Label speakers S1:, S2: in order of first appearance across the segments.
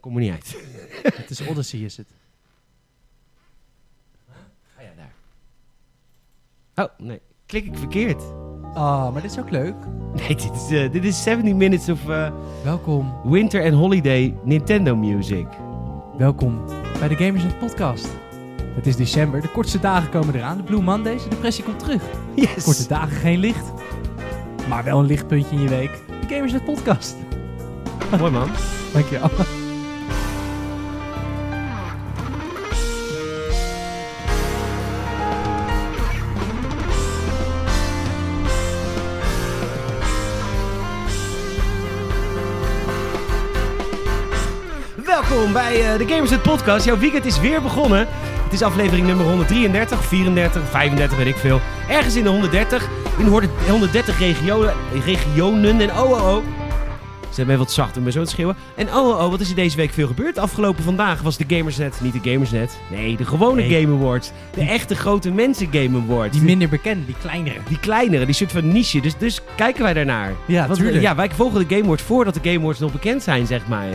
S1: Kom er niet uit.
S2: Het is Odyssey, is het.
S1: Oh ja, daar. Oh, nee. Klik ik verkeerd.
S2: Oh, maar dit is ook leuk.
S1: Nee, dit is, eh, dit is 70 Minutes of eh,
S2: Welkom,
S1: Winter and Holiday Nintendo Music.
S2: welkom bij de Gamers Net Podcast. Het is december, de kortste dagen komen eraan. De Blue Mondays, de depressie komt terug.
S1: Yes.
S2: Korte dagen, geen licht. Maar wel een lichtpuntje in je week. De Gamers Net Podcast.
S1: Mooi man.
S2: Dankjewel.
S1: Welkom bij eh, de Gamers Net Podcast. Jouw weekend is weer begonnen. Het is aflevering nummer 133, 34, 35, weet ik veel. Ergens in de 130. In de 100 130 regionen, regionen en oh oh oh. Zet me even wat zacht om me zo te schreeuwen. En oh oh, oh, wat is er deze week veel gebeurd? Afgelopen vandaag was de Gamersnet, niet de Gamersnet. Nee, de gewone
S2: Nee.
S1: Game Awards. De echte grote mensen Game Awards.
S2: Die minder bekende, die kleinere.
S1: Die kleinere, die soort van niche. Dus, dus kijken wij daarnaar.
S2: Ja,
S1: Want,
S2: tuurlijk.
S1: eh, ja, wij volgen de Game Awards voordat de Game Awards nog bekend zijn, zeg maar.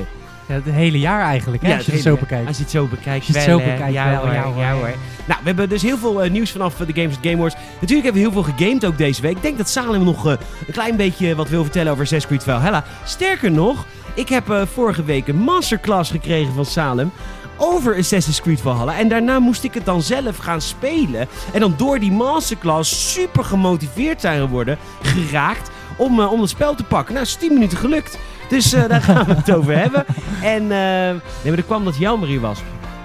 S2: Ja, het hele jaar eigenlijk, hè,
S1: Ja,
S2: als je het
S1: het
S2: zo
S1: hele-
S2: bekijkt.
S1: Als je het zo bekijkt.
S2: Als je het
S1: wel,
S2: zo
S1: hè.
S2: bekijkt
S1: ja,
S2: wel,
S1: hoor,
S2: ja, hoor.
S1: Nou, we hebben dus heel veel eh, nieuws vanaf eh, de Games at Game Awards. Natuurlijk hebben we heel veel gegamed ook deze week. Ik denk dat Salem nog eh, een klein beetje wat wil vertellen over Assassin's Creed Valhalla. Sterker nog, ik heb eh, vorige week een masterclass gekregen van Salem over Assassin's Creed Valhalla. En daarna moest ik het dan zelf gaan spelen. En dan door die masterclass super gemotiveerd zijn geworden, geraakt, om, eh, om het spel te pakken. Nou, is 10 minuten gelukt. Dus eh, daar gaan we het over hebben. En eh, nee, maar er kwam dat Jelmer hier was.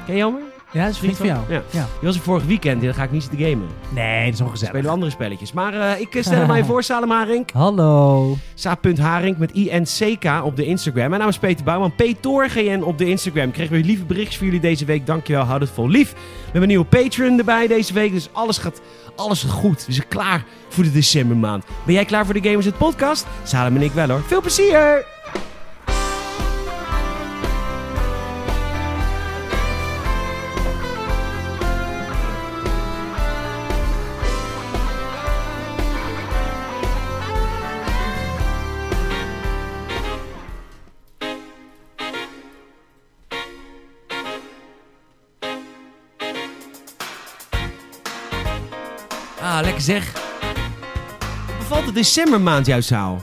S1: Ken je Jelmer?
S2: Ja, dat is vriend van jou.
S1: Ja. Die was er vorig weekend. en Dan ga ik niet zitten gamen.
S2: Nee, dat is
S1: Dan
S2: ongezellig.
S1: spelen we andere spelletjes. Maar eh, ik eh, stel hem mij voor, Salem Haring.
S2: Hallo.
S1: Sa.haring met INCK op de Instagram. Mijn naam is Peter Bouwman. PTORGN op de Instagram. Ik kreeg weer lieve berichtjes voor jullie deze week. Dankjewel. Houd het vol lief. We hebben een nieuwe Patreon erbij deze week. Dus alles gaat, alles gaat goed. We zijn klaar voor de decembermaand. Ben jij klaar voor de Gamers het podcast? Salem en ik wel hoor. Veel plezier! Ah, lekker zeg. Bevalt de decembermaand jouw zaal?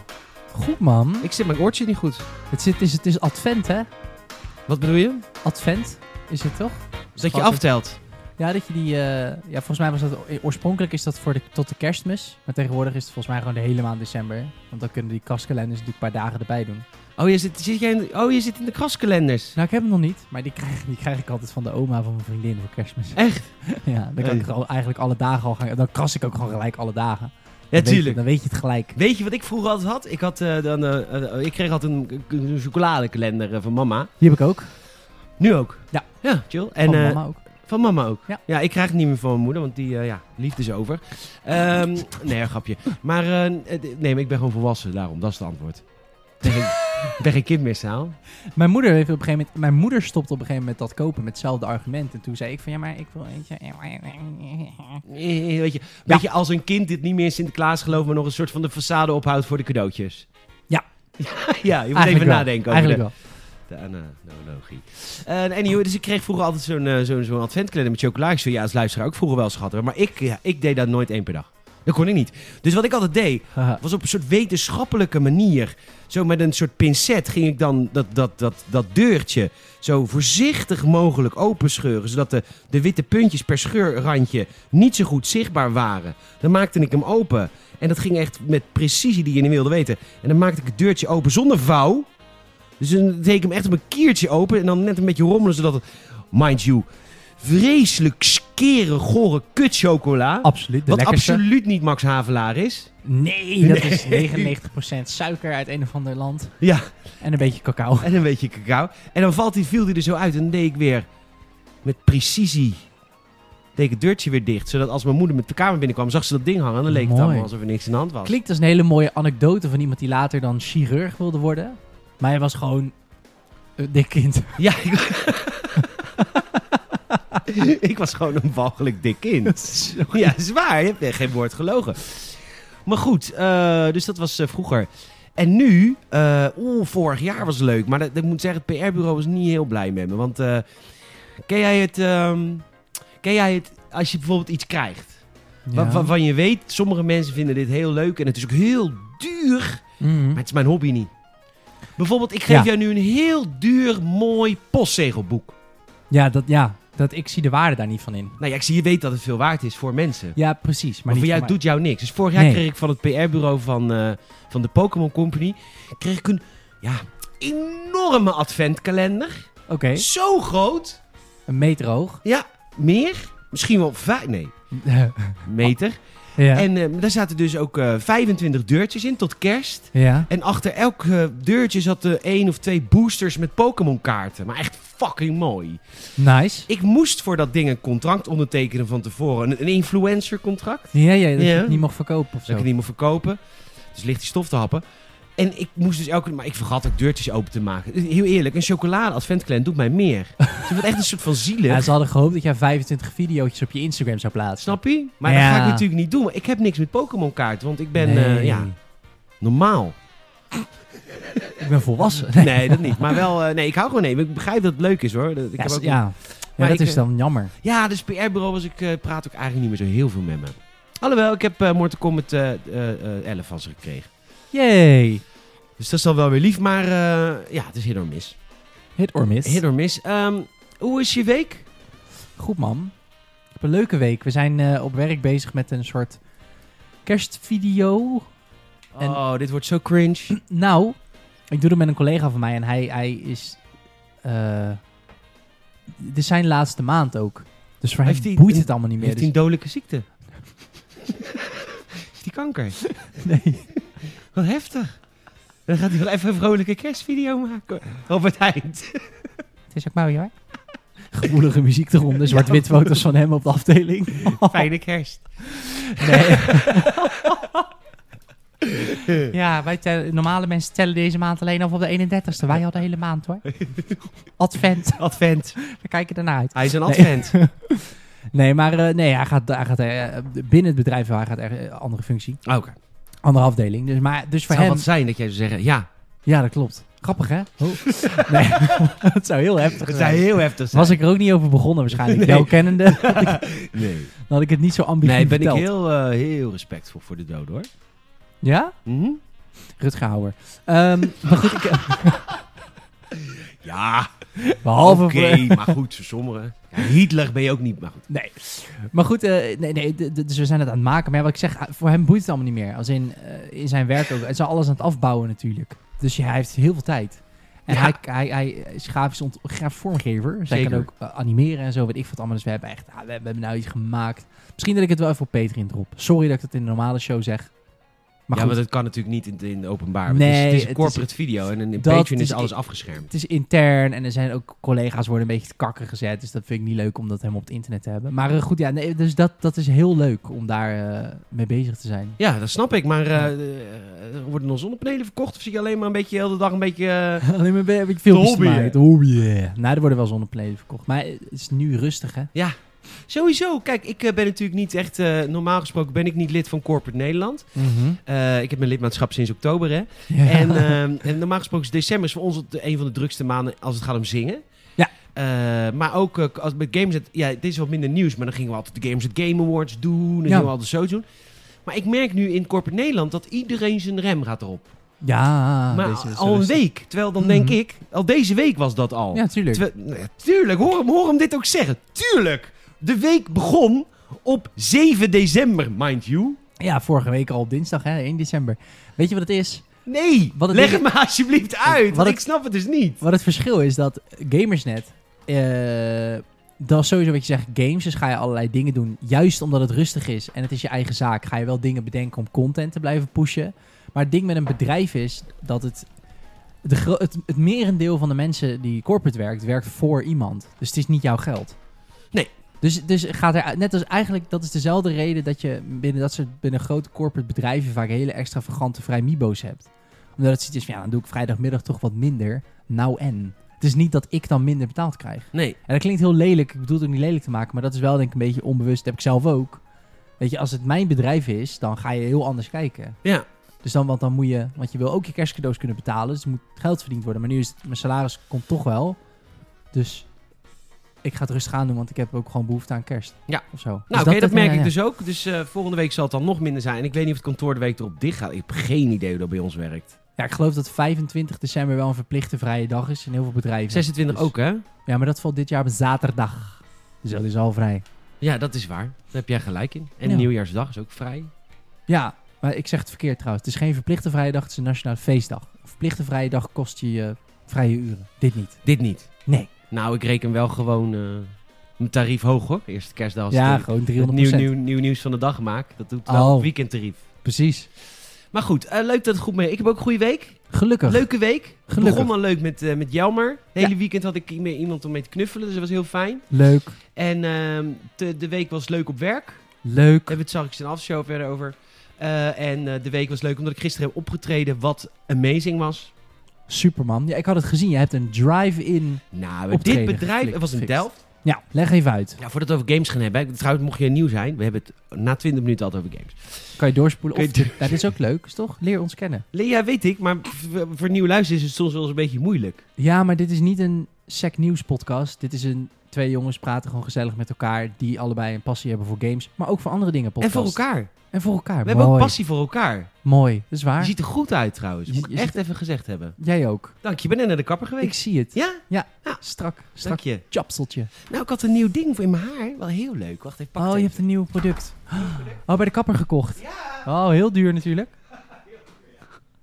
S2: Goed, man.
S1: Ik zit mijn oortje niet goed.
S2: Het, zit, is, het is advent, hè?
S1: Wat bedoel je?
S2: Advent is het toch?
S1: Dus dat je
S2: Valt
S1: aftelt.
S2: Ja, dat je die. eh, ja, volgens mij was dat. Oorspronkelijk is dat voor de, tot de kerstmis. Maar tegenwoordig is het volgens mij gewoon de hele maand december. Want dan kunnen die kastkalenders natuurlijk een paar dagen erbij doen.
S1: Oh, je zit, zit jij in, de- oh, je zit in de kraskalenders.
S2: Nou, ik heb hem nog niet. Maar die krijg, die krijg ik altijd van de oma van mijn vriendin voor kerstmis.
S1: Echt?
S2: ja, dan kan
S1: Hey.
S2: ik er al, eigenlijk alle dagen al gaan. Dan kras ik ook gewoon gelijk alle dagen. Dan weet je-
S1: Natuurlijk.
S2: Dan weet je het gelijk.
S1: Weet je wat ik vroeger altijd had? Ik, had, eh, dan, eh, eh, ik kreeg altijd een, een chocoladekalender eh, van mama.
S2: Die heb ik ook.
S1: Nu ook.
S2: Ja.
S1: Ja, chill. En,
S2: En
S1: eh,
S2: mama ook.
S1: Van mama ook.
S2: Ja.
S1: ik krijg het niet meer van mijn moeder, want die eh, ja, liefde is over. Ehm, nee, een grapje. Maar eh, nee, maar ik ben gewoon volwassen, daarom. Dat is het antwoord. Ik ben geen- ik ben geen kind meer, Saal.
S2: Mijn moeder, heeft op een gegeven moment, mijn moeder stopte op een gegeven moment dat kopen met hetzelfde argument. En toen zei ik van ja, maar ik wil eentje.
S1: Eh, Weet je, weet je, als een kind dit niet meer in Sinterklaas gelooft, maar nog een soort van de façade ophoudt voor de cadeautjes.
S2: Ja.
S1: ja, je moet
S2: Eigenlijk
S1: even
S2: wel.
S1: nadenken over
S2: Eigenlijk wel.
S1: de, de analogie. En anyway, dus ik kreeg vroeger altijd zo'n eh, zo'n zo'n adventkalender met chocolaatjes. Zo, Ja, als luisteraar ook vroeger wel eens gehad. hoor. Maar ik, ja, ik deed dat nooit één per dag. Dat kon ik niet. Dus wat ik altijd deed,
S2: Haha.
S1: was op een soort wetenschappelijke manier. Zo met een soort pincet ging ik dan dat, dat, dat, dat deurtje zo voorzichtig mogelijk openscheuren. Zodat de, de witte puntjes per scheurrandje niet zo goed zichtbaar waren. Dan maakte ik hem open. En dat ging echt met precisie die je niet wilde weten. En dan maakte ik het deurtje open zonder vouw. Dus dan deed ik hem echt op een kiertje open. En dan net een beetje rommelen zodat het, mind you, vreselijk skere, gore kutchocola.
S2: Absoluut. De
S1: Wat
S2: lekkerste.
S1: absoluut niet Max Havelaar is.
S2: Nee, dat
S1: Nee.
S2: is 99% suiker uit een of ander land. Eh,
S1: Ja,
S2: En een beetje cacao.
S1: En een beetje cacao. En dan valt die, viel die er zo uit. En dan deed ik weer met precisie. Deed ik het deurtje weer dicht. Zodat als mijn moeder met de kamer binnenkwam, zag ze dat ding hangen. En dan leek het
S2: Mooi.
S1: allemaal alsof er niks aan de hand was.
S2: Klinkt als een hele mooie anekdote van iemand die later dan chirurg wilde worden. Maar hij was gewoon een dik kind.
S1: Ja, ik... ik was gewoon een walgelijk dik kind. ja, zwaar. Je hebt echt geen woord gelogen. Maar goed, eh, dus dat was eh, vroeger. En nu, eh, oeh, vorig jaar was leuk. Maar dat, ik moet zeggen, het PR-bureau was niet heel blij met me. Want eh, ken jij het... ehm, ken jij het als je bijvoorbeeld iets krijgt? wa-
S2: Ja.
S1: Waarvan je weet, sommige mensen vinden dit heel leuk. En het is ook heel duur.
S2: Mhm.
S1: Maar het is mijn hobby niet. Bijvoorbeeld, ik geef
S2: Ja.
S1: jou nu een heel duur, mooi postzegelboek.
S2: ja, dat, ja, dat ik zie de waarde daar niet van in.
S1: Nou ja, ik zie, je weet dat het veel waard is voor mensen.
S2: Ja, precies. Maar,
S1: Maar, voor
S2: niet
S1: jou
S2: voor mij.
S1: doet jou niks. Dus vorig jaar
S2: Nee.
S1: kreeg ik van het PR-bureau van, eh, van de Pokémon Company... kreeg ik een ja, enorme adventkalender.
S2: Oké,
S1: Zo groot.
S2: een meter hoog.
S1: Ja, meer. Misschien wel vijf... Nee, meter.
S2: ja.
S1: En eh, daar zaten dus ook eh, 25 deurtjes in tot kerst.
S2: ja.
S1: En achter elk eh, deurtje zat er één of twee boosters met Pokémon-kaarten. Maar echt fucking mooi.
S2: Nice.
S1: Ik moest voor dat ding een contract ondertekenen van tevoren. Een, een influencer-contract.
S2: Ja, ja, dat je
S1: Ja.
S2: het niet mocht verkopen
S1: Zou
S2: of zo.
S1: ik het niet meer verkopen. Dus ligt die stof te happen. En ik moest dus elke Maar ik vergat ook deurtjes open te maken. Heel eerlijk, een chocolade adventclan doet mij meer. Dus ik word echt een soort van zielig.
S2: Ja, ze hadden gehoopt dat jij 25 video's op je Instagram zou plaatsen.
S1: Snap je? Maar
S2: Ja.
S1: dat ga ik natuurlijk niet doen. Maar ik heb niks met Pokémon kaarten. Want ik ben
S2: Nee.
S1: eh, ja, normaal.
S2: Ik ben volwassen.
S1: Nee, dat niet. Maar wel, eh, nee, ik hou gewoon nee. Ik begrijp dat het leuk is hoor. Dat, ik
S2: Ja,
S1: heb
S2: s-
S1: ook
S2: ja. ja
S1: Maar
S2: dat
S1: ik, eh,
S2: is dan jammer.
S1: Ja, dus PR-bureau was ik, eh, praat ook eigenlijk niet meer zo heel veel met me. Alhoewel, ik heb eh Mortal Kombat eh eh, eh, 11 als gekregen.
S2: Yay.
S1: Dus dat is dan wel weer lief, maar eh, ja, het is hit or miss.
S2: Hit or miss.
S1: Hit or miss. Ehm, hoe is je week?
S2: Goed man. Ik heb een leuke week. We zijn eh, op werk bezig met een soort kerstvideo. En-
S1: Oh, dit wordt zo cringe.
S2: Nou, ik doe dat met een collega van mij en hij, hij is... eh, dit is zijn laatste maand ook. Dus voor hem
S1: Heeft hij
S2: boeit
S1: een-
S2: het allemaal niet meer.
S1: Heeft hij een dodelijke ziekte? is die kanker?
S2: Dus- nee.
S1: Wat heftig. Dan gaat hij wel even een vrolijke kerstvideo maken. Op het eind.
S2: Het is ook mooi hoor. Gevoelige muziek eronder. Zwart-wit foto's van hem op de afdeling.
S1: Fijne kerst.
S2: Ja, wij tellen- normale mensen tellen deze maand alleen af op de 31ste. Wij al de hele maand hoor. Advent.
S1: Advent.
S2: We kijken ernaar uit.
S1: Hij is een
S2: Nee.
S1: advent.
S2: Nee, maar eh, nee, hij gaat, hij gaat eh, binnen het bedrijf, hij gaat er, eh, andere functie,
S1: Oké.
S2: andere afdeling. Dus, maar, dus
S1: Het
S2: voor
S1: zou
S2: hem...
S1: wat zijn dat jij zou zeggen, ja,
S2: Ja, dat klopt. Grappig hè? Nee, het zou heel heftig
S1: het
S2: zijn.
S1: zou heel heftig zijn.
S2: Was ik er ook niet over begonnen waarschijnlijk.
S1: Nee.
S2: Jou kennende, dan
S1: Nee.
S2: had ik het niet zo ambigu
S1: Nee, ben ik
S2: verteld.
S1: heel, eh, heel respectvol voor de dood hoor. Mhm.
S2: Ja? Rutger Hauer. Ehm, maar goed, ik,
S1: Ja,
S2: behalve voor-
S1: maar goed, voor sommigen. Ja, Hitler ben je ook niet, maar goed.
S2: Nee. Maar goed, eh, nee, nee, d- d- dus we zijn het aan het maken. Maar ja, wat ik zeg, ah, voor hem boeit het allemaal niet meer. Als in, eh, in zijn werk ook. Het is alles aan het afbouwen natuurlijk. Dus ja, hij heeft heel veel tijd. En
S1: Ja.
S2: hij, hij, hij is grafisch, ont, grafisch vormgever. Dus hij
S1: Zeker.
S2: kan ook eh, animeren en zo, weet ik wat allemaal. Dus we hebben echt, ah, we, we hebben nou iets gemaakt. Misschien dat ik het wel even op Patreon drop. Sorry dat ik dat in de normale show zeg. Maar
S1: ja,
S2: goed,
S1: maar dat kan natuurlijk niet in, in de openbaar.
S2: Nee,
S1: het, is, het is een
S2: het
S1: corporate video en in, in
S2: dat
S1: Patreon
S2: is-
S1: is alles afgeschermd.
S2: het is intern en er zijn ook collega's worden een beetje te kakken gezet. Dus dat vind ik niet leuk om dat helemaal op het internet te hebben. Maar eh, goed, ja, nee, dus dat, dat is heel leuk om daar eh, mee bezig te zijn.
S1: Ja, dat snap ik, maar eh, eh, worden nog zonnepanelen verkocht of zie je alleen maar een beetje de hele dag een beetje... eh,
S2: Alleen maar heb ik filmpjes
S1: hobby, hè?
S2: gemaakt. Hobby, yeah. Nou, er worden wel zonnepanelen verkocht. Maar het is nu rustig, hè?
S1: Sowieso, kijk, ik eh, ben natuurlijk niet echt, eh, normaal gesproken ben ik niet lid van Corporate Nederland. Eh, ik heb mijn lidmaatschap sinds oktober, hè.
S2: Ja.
S1: En, ehm, en normaal gesproken is december is voor ons de- een van de drukste maanden als het gaat om zingen.
S2: Ja.
S1: Eh, maar ook eh, als met Games at- Ja, dit is wat minder nieuws, maar dan gingen we altijd de Games at Game Awards doen. En
S2: Ja.
S1: gingen we altijd zo doen. Maar ik merk nu in Corporate Nederland dat iedereen zijn rem gaat erop.
S2: ja,
S1: maar
S2: Ah, deze is
S1: al een
S2: rustig.
S1: week. Terwijl dan denk
S2: Mhm.
S1: ik, al deze week was dat al.
S2: Ja, tuurlijk.
S1: Terwijl- nou ja, tuurlijk, hoor hem, hoor hem dit ook zeggen. Tuurlijk! De week begon op 7 december, mind you.
S2: Ja, vorige week al op dinsdag, hè? 1 december. Weet je wat het is?
S1: Nee,
S2: Wat het
S1: leg
S2: ding-
S1: het me alsjeblieft uit.
S2: Wat
S1: want
S2: het-
S1: ik snap het dus niet.
S2: Wat het verschil is dat Gamersnet... eh, dat is sowieso wat je zegt, games, dus ga je allerlei dingen doen. Juist omdat het rustig is en het is je eigen zaak, ga je wel dingen bedenken om content te blijven pushen. Maar het ding met een bedrijf is dat het, de gro- het, het merendeel van de mensen die corporate werkt, werkt voor iemand. Dus het is niet jouw geld.
S1: Nee.
S2: Dus, dus gaat er, net als eigenlijk, dat is dezelfde reden dat je binnen dat soort, binnen grote corporate bedrijven vaak hele extravagante vrijmibo's hebt. Omdat het zoiets is van, ja, dan doe ik vrijdagmiddag toch wat minder. Nou en. Het is niet dat ik dan minder betaald krijg.
S1: Nee,
S2: En dat klinkt heel lelijk. Ik bedoel het ook niet lelijk te maken, maar dat is wel denk ik een beetje onbewust. Dat heb ik zelf ook. Weet je, als het mijn bedrijf is, dan ga je heel anders kijken.
S1: ja.
S2: Dus dan, want dan moet je, want je wil ook je kerstcadeaus kunnen betalen. Dus er moet geld verdiend worden. Maar nu is het, mijn salaris komt toch wel. Dus ik ga het rustig aan doen, want ik heb ook gewoon behoefte aan kerst.
S1: Ja.
S2: Of zo. Dus
S1: Nou, oké, dat,
S2: ja,
S1: merk
S2: ja,
S1: ik
S2: ja.
S1: dus ook. Dus eh, volgende week zal het dan nog minder zijn. En ik weet niet of het kantoor de week erop dicht gaat. Ik heb geen idee hoe dat bij ons werkt.
S2: Ja, ik geloof dat 25 december wel een verplichte vrije dag is in heel veel bedrijven.
S1: 26
S2: Dus-
S1: ook, hè?
S2: Ja, maar dat valt dit jaar op een zaterdag. Dus dat is al vrij.
S1: Ja, dat is waar. Daar heb jij gelijk in. En
S2: Ja.
S1: Nieuwjaarsdag is ook vrij.
S2: Ja, maar ik zeg het verkeerd trouwens. Het is geen verplichte vrije dag, het is een nationale feestdag. Een verplichte vrije dag kost je je eh, vrije uren. Dit niet.
S1: Dit niet.
S2: Nee.
S1: Nou, ik reken wel gewoon eh, mijn tarief hoog, hoor. Eerste kerstdag als
S2: ja,
S1: ik
S2: gewoon 300%.
S1: het nieuw, nieuw, nieuw nieuws van de dag maak. Dat doet wel
S2: Oh.
S1: het weekendtarief.
S2: Precies.
S1: Maar goed, eh, leuk dat het goed mee. Ik heb ook een goede week.
S2: Gelukkig.
S1: Leuke week.
S2: Gelukkig.
S1: Begon al leuk met, eh met Jelmer. Het hele weekend had ik i- iemand om mee te knuffelen, dus dat was heel fijn.
S2: Leuk.
S1: En ehm, te- de week was leuk op werk.
S2: Leuk.
S1: Daar hebben we het zag ik zijn afshow verder over. Eh, en eh, de week was leuk omdat ik gisteren heb opgetreden, wat amazing was.
S2: Superman. Ja, ik had het gezien. Je hebt een drive-in.
S1: Nou,
S2: Optreden
S1: dit bedrijf,
S2: geflikt,
S1: het was in
S2: gefixt.
S1: Delft.
S2: Ja, leg even uit.
S1: Ja, voordat we over games gaan hebben, hè. trouwens mocht je nieuw zijn, we hebben het na 20 minuten altijd over games.
S2: Kan je doorspoelen.
S1: Kun
S2: Of...
S1: je
S2: Ja, dit is ook leuk, is toch? Leer ons kennen.
S1: Nee, Ja, weet ik, maar v- voor nieuw luisteren is het soms wel eens een beetje moeilijk.
S2: Ja, maar dit is niet een sec nieuws podcast. Dit is een twee jongens praten gewoon gezellig met elkaar. Die allebei een passie hebben voor games. Maar ook voor andere dingen podcast.
S1: En voor elkaar.
S2: En voor elkaar.
S1: We
S2: Mooi.
S1: hebben ook passie voor elkaar.
S2: Mooi. Dat is
S1: Je
S2: waar.
S1: ziet er goed uit trouwens,
S2: Je-
S1: moet ik
S2: je
S1: echt even gezegd hebben.
S2: Jij ook.
S1: Dank je, ik ben net naar de kapper
S2: Ik
S1: geweest.
S2: zie het.
S1: Ja?
S2: Strak.
S1: Dank
S2: Strak
S1: je.
S2: chapseltje.
S1: Nou, ik had een nieuw ding voor in mijn haar. Wel heel leuk. Wacht even, pak
S2: Oh,
S1: het
S2: je
S1: even.
S2: hebt een nieuw product. Oh, bij de kapper gekocht. Oh, heel duur natuurlijk.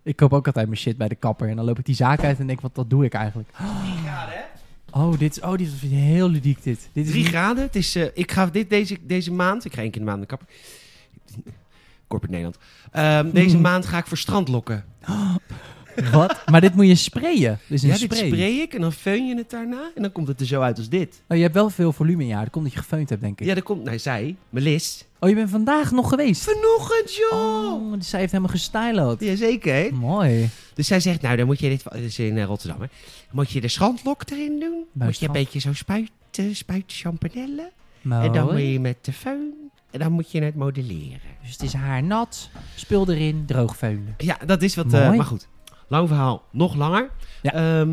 S2: Ik koop ook altijd mijn shit bij de kapper. En dan loop ik die zaak uit en denk, wat dat doe ik eigenlijk? Oh, dit is, oh, dit is heel ludiek dit. dit is
S1: Drie
S2: niet-
S1: graden. Het is, eh, ik ga dit deze, deze maand. Ik ga één keer in de maand naar de kapper. Corporate Nederland. Ehm, deze
S2: Mm.
S1: maand ga ik voor strandlokken.
S2: Wat? Maar dit moet je sprayen. Dit is een
S1: Ja, dit
S2: spray.
S1: spray ik en dan feun je het daarna. En dan komt het er zo uit als dit.
S2: Oh, je hebt wel veel volume in je haar. Dat komt dat je gefeund hebt, denk ik.
S1: Ja, daar komt... Nee, zij. Melis.
S2: Oh, je bent vandaag nog geweest.
S1: Vanochtend, joh!
S2: Oh, dus zij heeft helemaal gestyled.
S1: Jazeker,
S2: Mhm.
S1: hè?
S2: Mooi.
S1: Dus zij zegt, nou, dan moet je dit... Dit is in eh, Rotterdam, hè? Moet je de strandlok erin doen. moet je
S2: Bij
S1: een
S2: strand.
S1: beetje zo spuiten, spuiten champanelle.
S2: Mooi.
S1: En dan moet je met de feun... En dan moet je het modelleren.
S2: Dus het is haar nat. Spul erin. Droog veunen.
S1: Ja, dat is wat.
S2: Mooi.
S1: eh, maar goed, lang verhaal, nog langer.
S2: Ja.
S1: Ja.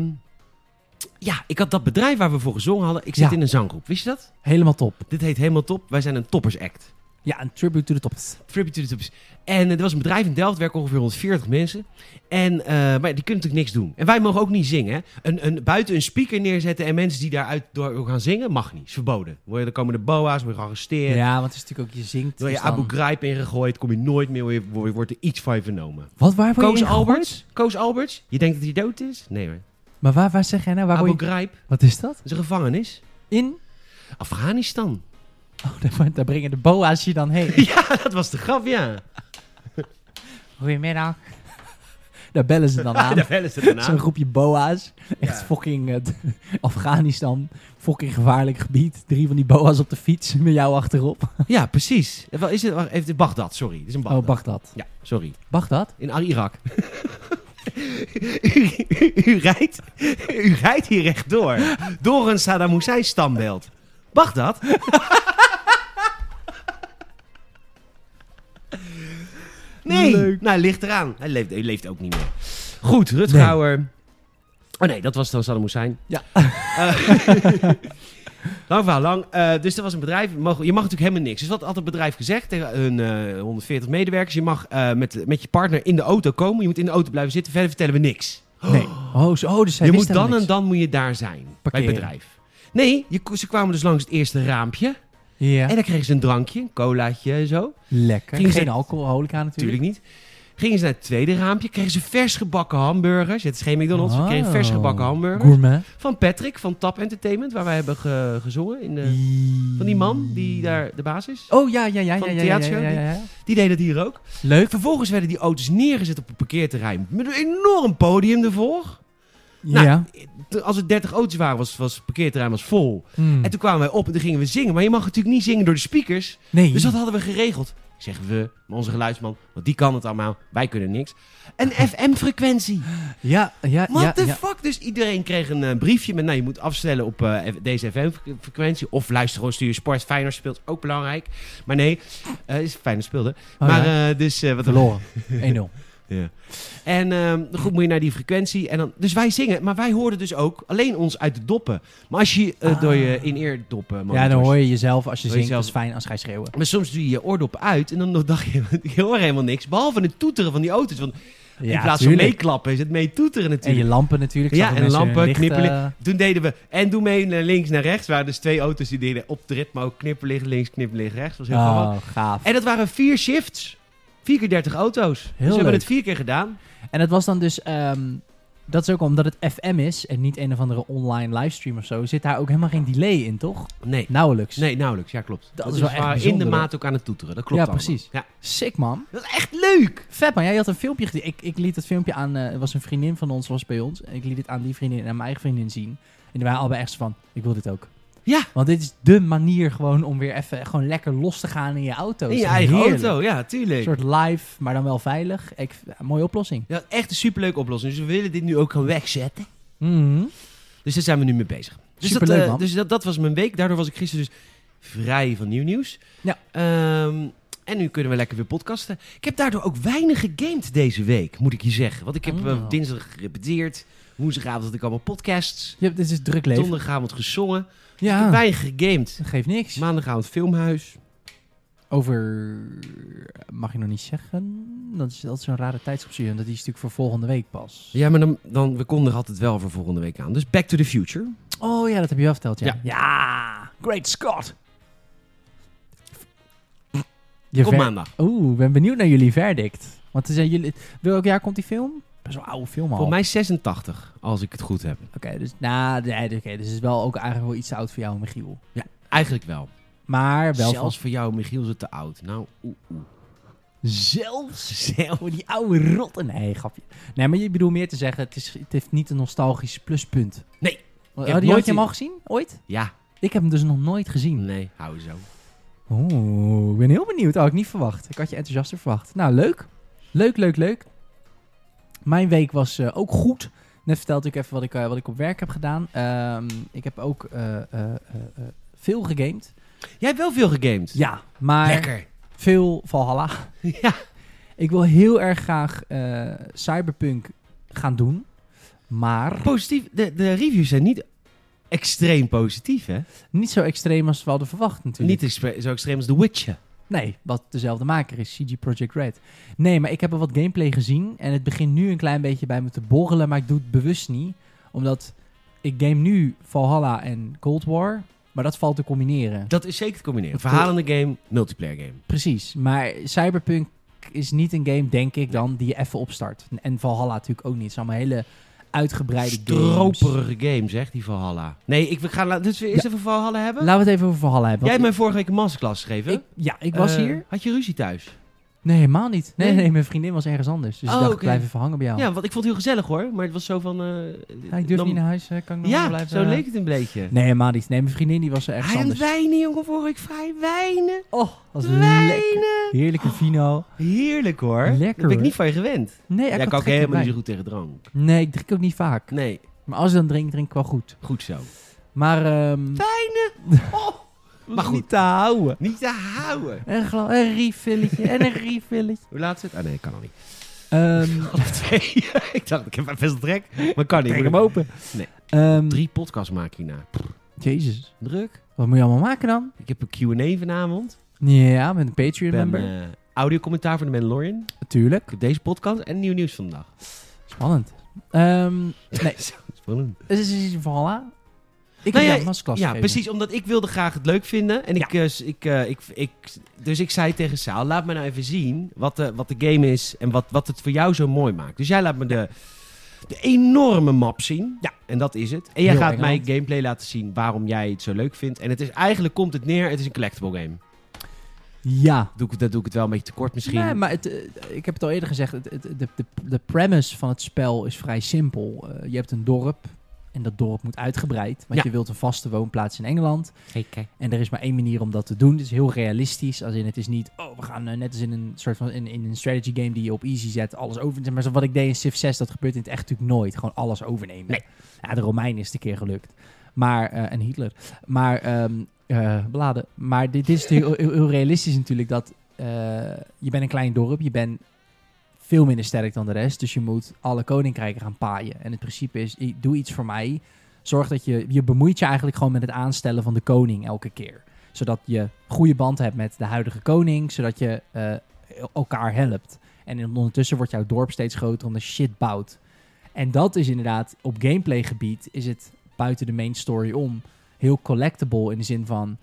S1: ja, ik had dat bedrijf waar we voor gezongen hadden. Ik zit
S2: Ja.
S1: in een zanggroep, wist je dat?
S2: Helemaal top.
S1: Dit heet helemaal top. Wij zijn een toppersact.
S2: Ja, een tribute to the tops.
S1: Tribute to the toppers. En eh, er was een bedrijf in Delft, werken ongeveer 140 mensen. En, eh, maar die kunnen natuurlijk niks doen. En wij mogen ook niet zingen. hè. Een, een, buiten een speaker neerzetten en mensen die daaruit door gaan zingen, mag niet. Is verboden. Word je- Dan komen de boa's, word je gearresteerd.
S2: Ja, want het is natuurlijk ook, je zingt.
S1: Door je
S2: dus dan-
S1: Abu Ghraib ingegooid, kom je nooit meer, word je- wordt er iets van je vernomen.
S2: Wat, waar word je
S1: Koos
S2: in gegooid?
S1: Alberts? Koos Alberts? Je denkt dat hij dood is? Nee hoor.
S2: Maar waar, waar zeg jij nou? Waar
S1: Abu
S2: word je...
S1: Ghraib,
S2: Wat is dat?
S1: dat is een gevangenis.
S2: In?
S1: Afghanistan.
S2: Oh, daar, daar brengen de boa's je dan heen.
S1: Ja, dat was de grap, ja.
S2: Goedemiddag. Daar bellen ze dan
S1: Ah,
S2: aan.
S1: daar bellen ze daarna.
S2: Zo'n groepje boa's. Echt fucking eh, Afghanistan. Fucking gevaarlijk gebied. Drie van die boa's op de fiets met jou achterop.
S1: Ja, precies. Eh, wel, Is het, wacht, even, Bagdad, sorry. Dit is een Bagdad.
S2: Oh, Bagdad.
S1: Ja, sorry.
S2: Bagdad?
S1: In Ar- Irak. u, u- u rijdt, u rijdt hier rechtdoor. Door een Saddam Hussein standbeeld. Bagdad? nee.
S2: Leuk.
S1: Nou, ligt eraan. Hij leeft, hij leeft ook niet meer. Goed, Rutgauer. Oh nee, dat was dan Saddam Hussein.
S2: Ja.
S1: Eh, lang verhaal lang. Eh, dus er was een bedrijf. Je mag, je mag natuurlijk helemaal niks. Dus wat had het bedrijf gezegd tegen hun eh, 140 medewerkers? Je mag eh, met, met je partner in de auto komen. Je moet in de auto blijven zitten. Verder vertellen we niks.
S2: Nee. Oh, zo, oh dus zij
S1: je
S2: wist
S1: moet dan
S2: helemaal
S1: en dan moet je daar zijn. Bij
S2: Parkeren.
S1: het bedrijf. Nee, je, ko- ze kwamen dus langs het eerste raampje.
S2: niks. Ja.
S1: En dan kregen ze een drankje, een colaatje en zo.
S2: Lekker.
S1: Ging
S2: Geen
S1: ze-
S2: alcohol, horeca natuurlijk.
S1: Natuurlijk niet. Gingen ze naar het tweede raampje. Kregen ze vers gebakken hamburgers. Het is geen McDonald's. Ze kregen
S2: Oh.
S1: vers gebakken hamburgers.
S2: Gourmet.
S1: Van Patrick van Tap Entertainment. Waar wij hebben ge- gezongen. In de, van die man die daar de baas is.
S2: Oh, ja, ja,
S1: Van
S2: ja. ja,
S1: de
S2: ja, ja,
S1: theatershow,
S2: ja, ja, ja.
S1: Die deed dat hier ook.
S2: Leuk.
S1: Vervolgens werden die auto's neergezet op een parkeerterrein. Met een enorm podium ervoor. Nou,
S2: ja.
S1: T- Als er 30 auto's waren, was, was het parkeerterrein was vol.
S2: Hmm.
S1: En toen kwamen wij op en toen gingen we zingen. Maar je mag natuurlijk niet zingen door de speakers.
S2: Nee.
S1: Dus dat hadden we geregeld. Ik zeg we, maar onze geluidsman, want die kan het allemaal. Wij kunnen niks. Een FM-frequentie.
S2: Ja, ja,
S1: What
S2: ja.
S1: the
S2: ja.
S1: fuck? Dus iedereen kreeg een eh, briefje met... Nou, je moet afstellen op eh, F- deze FM-frequentie. Of luister gewoon, stuur je sport. Feyenoord speelt, ook belangrijk. Maar nee, eh is Feyenoord speelde.
S2: Oh,
S1: maar
S2: ja.
S1: eh, dus... eh, wat
S2: verloren. 1-0.
S1: Ja. En ehm, goed, moet je naar die frequentie. En dan, dus wij zingen, maar wij hoorden dus ook alleen ons uit de doppen. Maar als je eh,
S2: Ah.
S1: door je in-ear doppen...
S2: Ja, dan hoor je jezelf als je
S1: Hoor je
S2: zingt. Dat is
S1: jezelf.
S2: fijn als ga je schreeuwen.
S1: Maar soms doe je je oordoppen uit en dan dacht je, ik hoor helemaal niks. Behalve het toeteren van die auto's. Want in plaats van
S2: tuurlijk.
S1: meeklappen is het mee toeteren
S2: En
S1: natuurlijk.
S2: je lampen natuurlijk.
S1: Ja,
S2: zoveel
S1: en
S2: mensen hun
S1: lampen,
S2: lichten-
S1: Toen deden we, en doe mee naar links, naar rechts. Er waren dus twee auto's die deden op de ritme ook knipperlig links, knipperlig rechts. was heel grappig.
S2: Oh, gaaf.
S1: En dat waren vier shifts. Vier keer dertig auto's. dus we
S2: leuk.
S1: hebben het vier keer gedaan.
S2: En het was dan dus... ehm, dat is ook omdat het FM is en niet een of andere online livestream of zo. Zit daar ook helemaal geen delay in, toch?
S1: Nee,
S2: Nauwelijks.
S1: nee nauwelijks. Ja, klopt.
S2: is wel echt
S1: waar in de
S2: bijzonder,
S1: maat ook aan het toeteren. Dat klopt
S2: Ja,
S1: allemaal.
S2: precies.
S1: Ja.
S2: Sick, man.
S1: Dat is echt leuk.
S2: Vet man, jij had een filmpje gezien. Ik, ik liet het filmpje aan, eh, er was een vriendin van ons, was bij ons. En ik liet het aan die vriendin en aan mijn eigen vriendin zien. En die waren allebei echt zo van, ik wil dit ook.
S1: Ja.
S2: Want dit is dé manier gewoon om weer even gewoon lekker los te gaan in je auto.
S1: In
S2: Het
S1: je
S2: is
S1: eigen
S2: heerlijk.
S1: auto. Ja,
S2: Een
S1: tuurlijk.
S2: soort live, maar dan wel veilig. Ik, ja, mooie oplossing.
S1: Ja, echt een superleuke oplossing. Dus we willen dit nu ook gaan wegzetten.
S2: Mhm.
S1: Dus daar zijn we nu mee bezig. Dus,
S2: Superleuk,
S1: dat, eh,
S2: man.
S1: dus dat, dat was mijn week. Daardoor was ik gisteren dus vrij van nieuw nieuws.
S2: Ja.
S1: Ehm, en nu kunnen we lekker weer podcasten. Ik heb daardoor ook weinig gegamed deze week, moet ik je zeggen. Want ik heb
S2: Oh.
S1: eh, dinsdag gerepeteerd. Woensdagavond had ik allemaal podcasts.
S2: Je hebt, dit is druk leven.
S1: Donderdagavond gezongen. Ik heb
S2: Ja,
S1: weinig gegamed.
S2: dat geeft niks.
S1: Maandagavond filmhuis.
S2: Over, mag je nog niet zeggen? Dat is altijd zo'n rare tijdsoptie. Dat die is natuurlijk voor volgende week pas.
S1: Ja, maar dan, dan, we konden altijd wel voor volgende week aan. Dus Back to the Future.
S2: Oh ja, dat heb je wel verteld, ja.
S1: Ja.
S2: Ja, Great Scott. Je
S1: Kom
S2: ver-
S1: maandag.
S2: Oeh, ik ben benieuwd naar jullie verdict. Want er zijn jullie... Welk jaar komt die film? Best wel een oude film al.
S1: Volgens mij 86, als ik het goed heb.
S2: Oké, dus, nou, nee, oké, dus het is wel ook eigenlijk wel iets te oud voor jou, Michiel.
S1: Eigenlijk wel.
S2: Maar wel
S1: Zelfs voor jou, Michiel, is het te oud. Nou, oeh, oeh.
S2: van... Zelfs? Zelfs? Die oude rotte... Nee, grapje. Nee, maar je bedoelt meer te zeggen, het, is, het heeft niet een nostalgisch pluspunt.
S1: Nee. Ik
S2: Oh,
S1: heb nooit
S2: die had je hem
S1: die-
S2: al gezien? Ooit?
S1: Ja,
S2: Ik heb hem dus nog nooit gezien.
S1: nee, hou zo.
S2: Oeh, ik ben heel benieuwd. Oh, ik niet verwacht. Ik had je enthousiaster verwacht. Nou, leuk. Leuk, leuk, leuk. Mijn week was eh, ook goed. Net vertelde ik even wat ik, eh, wat ik op werk heb gedaan. Ehm, ik heb ook eh, eh, eh, eh, veel gegamed.
S1: Jij hebt wel veel gegamed.
S2: Ja, maar
S1: Lekker.
S2: veel Valhalla.
S1: Ja.
S2: Ik wil heel erg graag eh, Cyberpunk gaan doen. Maar
S1: Positief. De, de reviews zijn niet extreem positief, hè?
S2: niet zo extreem als we hadden verwacht natuurlijk.
S1: Niet extre- zo extreem als The Witcher.
S2: Nee, wat dezelfde maker is, CG Project Red. Nee, maar ik heb al wat gameplay gezien en het begint nu een klein beetje bij me te borrelen, maar ik doe het bewust niet. Omdat ik game nu Valhalla en Cold War, maar dat valt te combineren.
S1: Dat is zeker te combineren. Verhalende game, multiplayer game.
S2: Precies, maar Cyberpunk is niet een game, denk ik dan, die je even opstart. En Valhalla natuurlijk ook niet. Het zijn allemaal hele uitgebreide games.
S1: Stroperige game, zegt die Valhalla. Nee, ik we gaan. la- Dus we eerst even Valhalla hebben.
S2: Laten we het even over Valhalla hebben.
S1: Jij hebt
S2: want
S1: mij vorige week een masterclass gegeven.
S2: ik, ja, ik was
S1: Eh,
S2: hier.
S1: Had je ruzie thuis?
S2: Nee, helemaal niet. Nee,
S1: Nee?
S2: nee, mijn vriendin was ergens anders. Dus
S1: Oh,
S2: ik dacht,
S1: oké.
S2: ik blijf even hangen bij jou.
S1: Ja, want ik vond het heel gezellig hoor. Maar het was zo van. eh,
S2: Ja, ik durf
S1: dan-
S2: niet naar huis, eh, kan ik nog wel
S1: Ja,
S2: blijven.
S1: zo leek het een beetje.
S2: Nee, helemaal niet. Nee, mijn vriendin die was er echt
S1: Hij aan het
S2: anders.
S1: wijnen, jongen, vorige week vrij wijnen.
S2: Oh, was lekker.
S1: Wijnen.
S2: Heerlijke vino.
S1: Heerlijk hoor.
S2: Lekker,
S1: Daar ben ik
S2: hoor.
S1: niet van je gewend.
S2: Nee,
S1: Jij
S2: ik had
S1: kan ook
S2: geen
S1: helemaal
S2: wijn.
S1: niet zo goed tegen drank.
S2: Nee, ik drink ook niet vaak.
S1: Nee,
S2: Maar als ik dan drink, drink ik wel goed.
S1: goed zo.
S2: Maar, ehm
S1: Maar goed,
S2: niet te houden.
S1: niet te houden.
S2: Een, gla- een refilletje en een refilletje.
S1: Hoe laat zit het? Ah nee, kan al niet.
S2: Ehm
S1: Half twee. ik dacht, ik heb best wel trek. Maar kan niet.
S2: ik
S1: Ik
S2: hem open.
S1: Nee.
S2: Ehm,
S1: Drie podcasts maak ik hierna. Pff,
S2: Jezus.
S1: Druk.
S2: Wat moet je allemaal maken dan?
S1: Ik heb een Q&A vanavond.
S2: Ja, met een Patreon
S1: Ik ben
S2: member.
S1: eh, audiocommentaar van de Mandalorian.
S2: Natuurlijk.
S1: Ik heb deze podcast en nieuw nieuws van de dag.
S2: Spannend. Ehm nee,
S1: Zo spannend.
S2: het is iets van voilà. Ik
S1: Nou
S2: heb
S1: ja,
S2: jou een masterclass
S1: Ja,
S2: gegeven.
S1: precies. Omdat ik wilde graag het leuk vinden. En
S2: Ja.
S1: ik, eh, s- ik, eh, ik, ik, dus ik zei tegen Saal, laat me nou even zien wat de, wat de game is en wat, wat het voor jou zo mooi maakt. Dus jij laat me de, de enorme map zien.
S2: Ja.
S1: En dat is het. En jij
S2: Heel
S1: gaat
S2: Engeland.
S1: mij gameplay laten zien waarom jij het zo leuk vindt. En het is, eigenlijk komt het neer, het is een collectible game.
S2: Ja.
S1: Doe ik, dat doe ik het wel een beetje tekort misschien.
S2: Nee, maar het, eh, ik heb het al eerder gezegd. Het, het- de, de, de premise van het spel is vrij simpel. Eh, je hebt een dorp. En dat dorp moet uitgebreid. Want
S1: Ja.
S2: je wilt een vaste woonplaats in Engeland.
S1: Gekke.
S2: En er is maar één manier om dat te doen. Het is heel realistisch. Als in het is niet. Oh, we gaan eh, net als in een soort van. In, in een strategy game die je op easy zet. Alles overnemen. Maar zo wat ik deed in Civ 6. Dat gebeurt in het echt natuurlijk nooit. Gewoon alles overnemen.
S1: Nee.
S2: Ja, de Romein is het een keer gelukt. Maar. eh, en Hitler. Maar. ehm, eh, beladen. Maar dit is natuurlijk heel, heel- heel realistisch natuurlijk. Dat. eh, je bent een klein dorp. Je bent veel minder sterk dan de rest. Dus je moet alle koninkrijken gaan paaien. En het principe is, i- doe iets voor mij. Zorg dat je, je bemoeit je eigenlijk gewoon met het aanstellen van de koning elke keer. Zodat je goede band hebt met de huidige koning. Zodat je eh, elkaar helpt. En ondertussen wordt jouw dorp steeds groter omdat je shit bouwt. En dat is inderdaad, op gameplay gebied is het buiten de main story om heel collectible in de zin van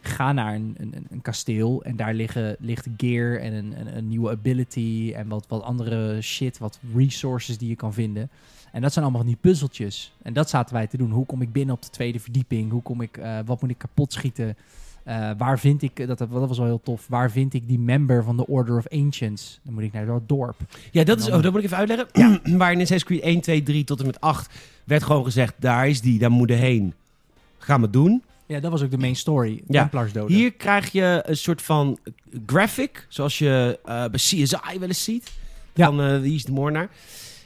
S2: ga naar een, een, een- een kasteel en daar liggen, ligt gear en een, een, een nieuwe ability en wat, wat andere shit, wat resources die je kan vinden. En dat zijn allemaal van die puzzeltjes. En dat zaten wij te doen. Hoe kom ik binnen op de tweede verdieping? Hoe kom ik, eh, wat moet ik kapot schieten? Eh, waar vind ik, dat, dat was wel heel tof, waar vind ik die member van de Order of Ancients? Dan moet ik naar dat dorp.
S1: Ja, dat, is,
S2: Dan-
S1: oh, dat moet ik even uitleggen. Waar in Assassin's Creed 1, 2, 3 tot en met 8 werd gewoon gezegd... daar is die, daar moet je heen. Ga maar doen.
S2: Ja, dat was ook de main story.
S1: Ja.
S2: Templars doden.
S1: Hier krijg je een soort van graphic... zoals je eh, bij CSI wel eens ziet.
S2: Ja.
S1: Van eh, wie is de moordenaar.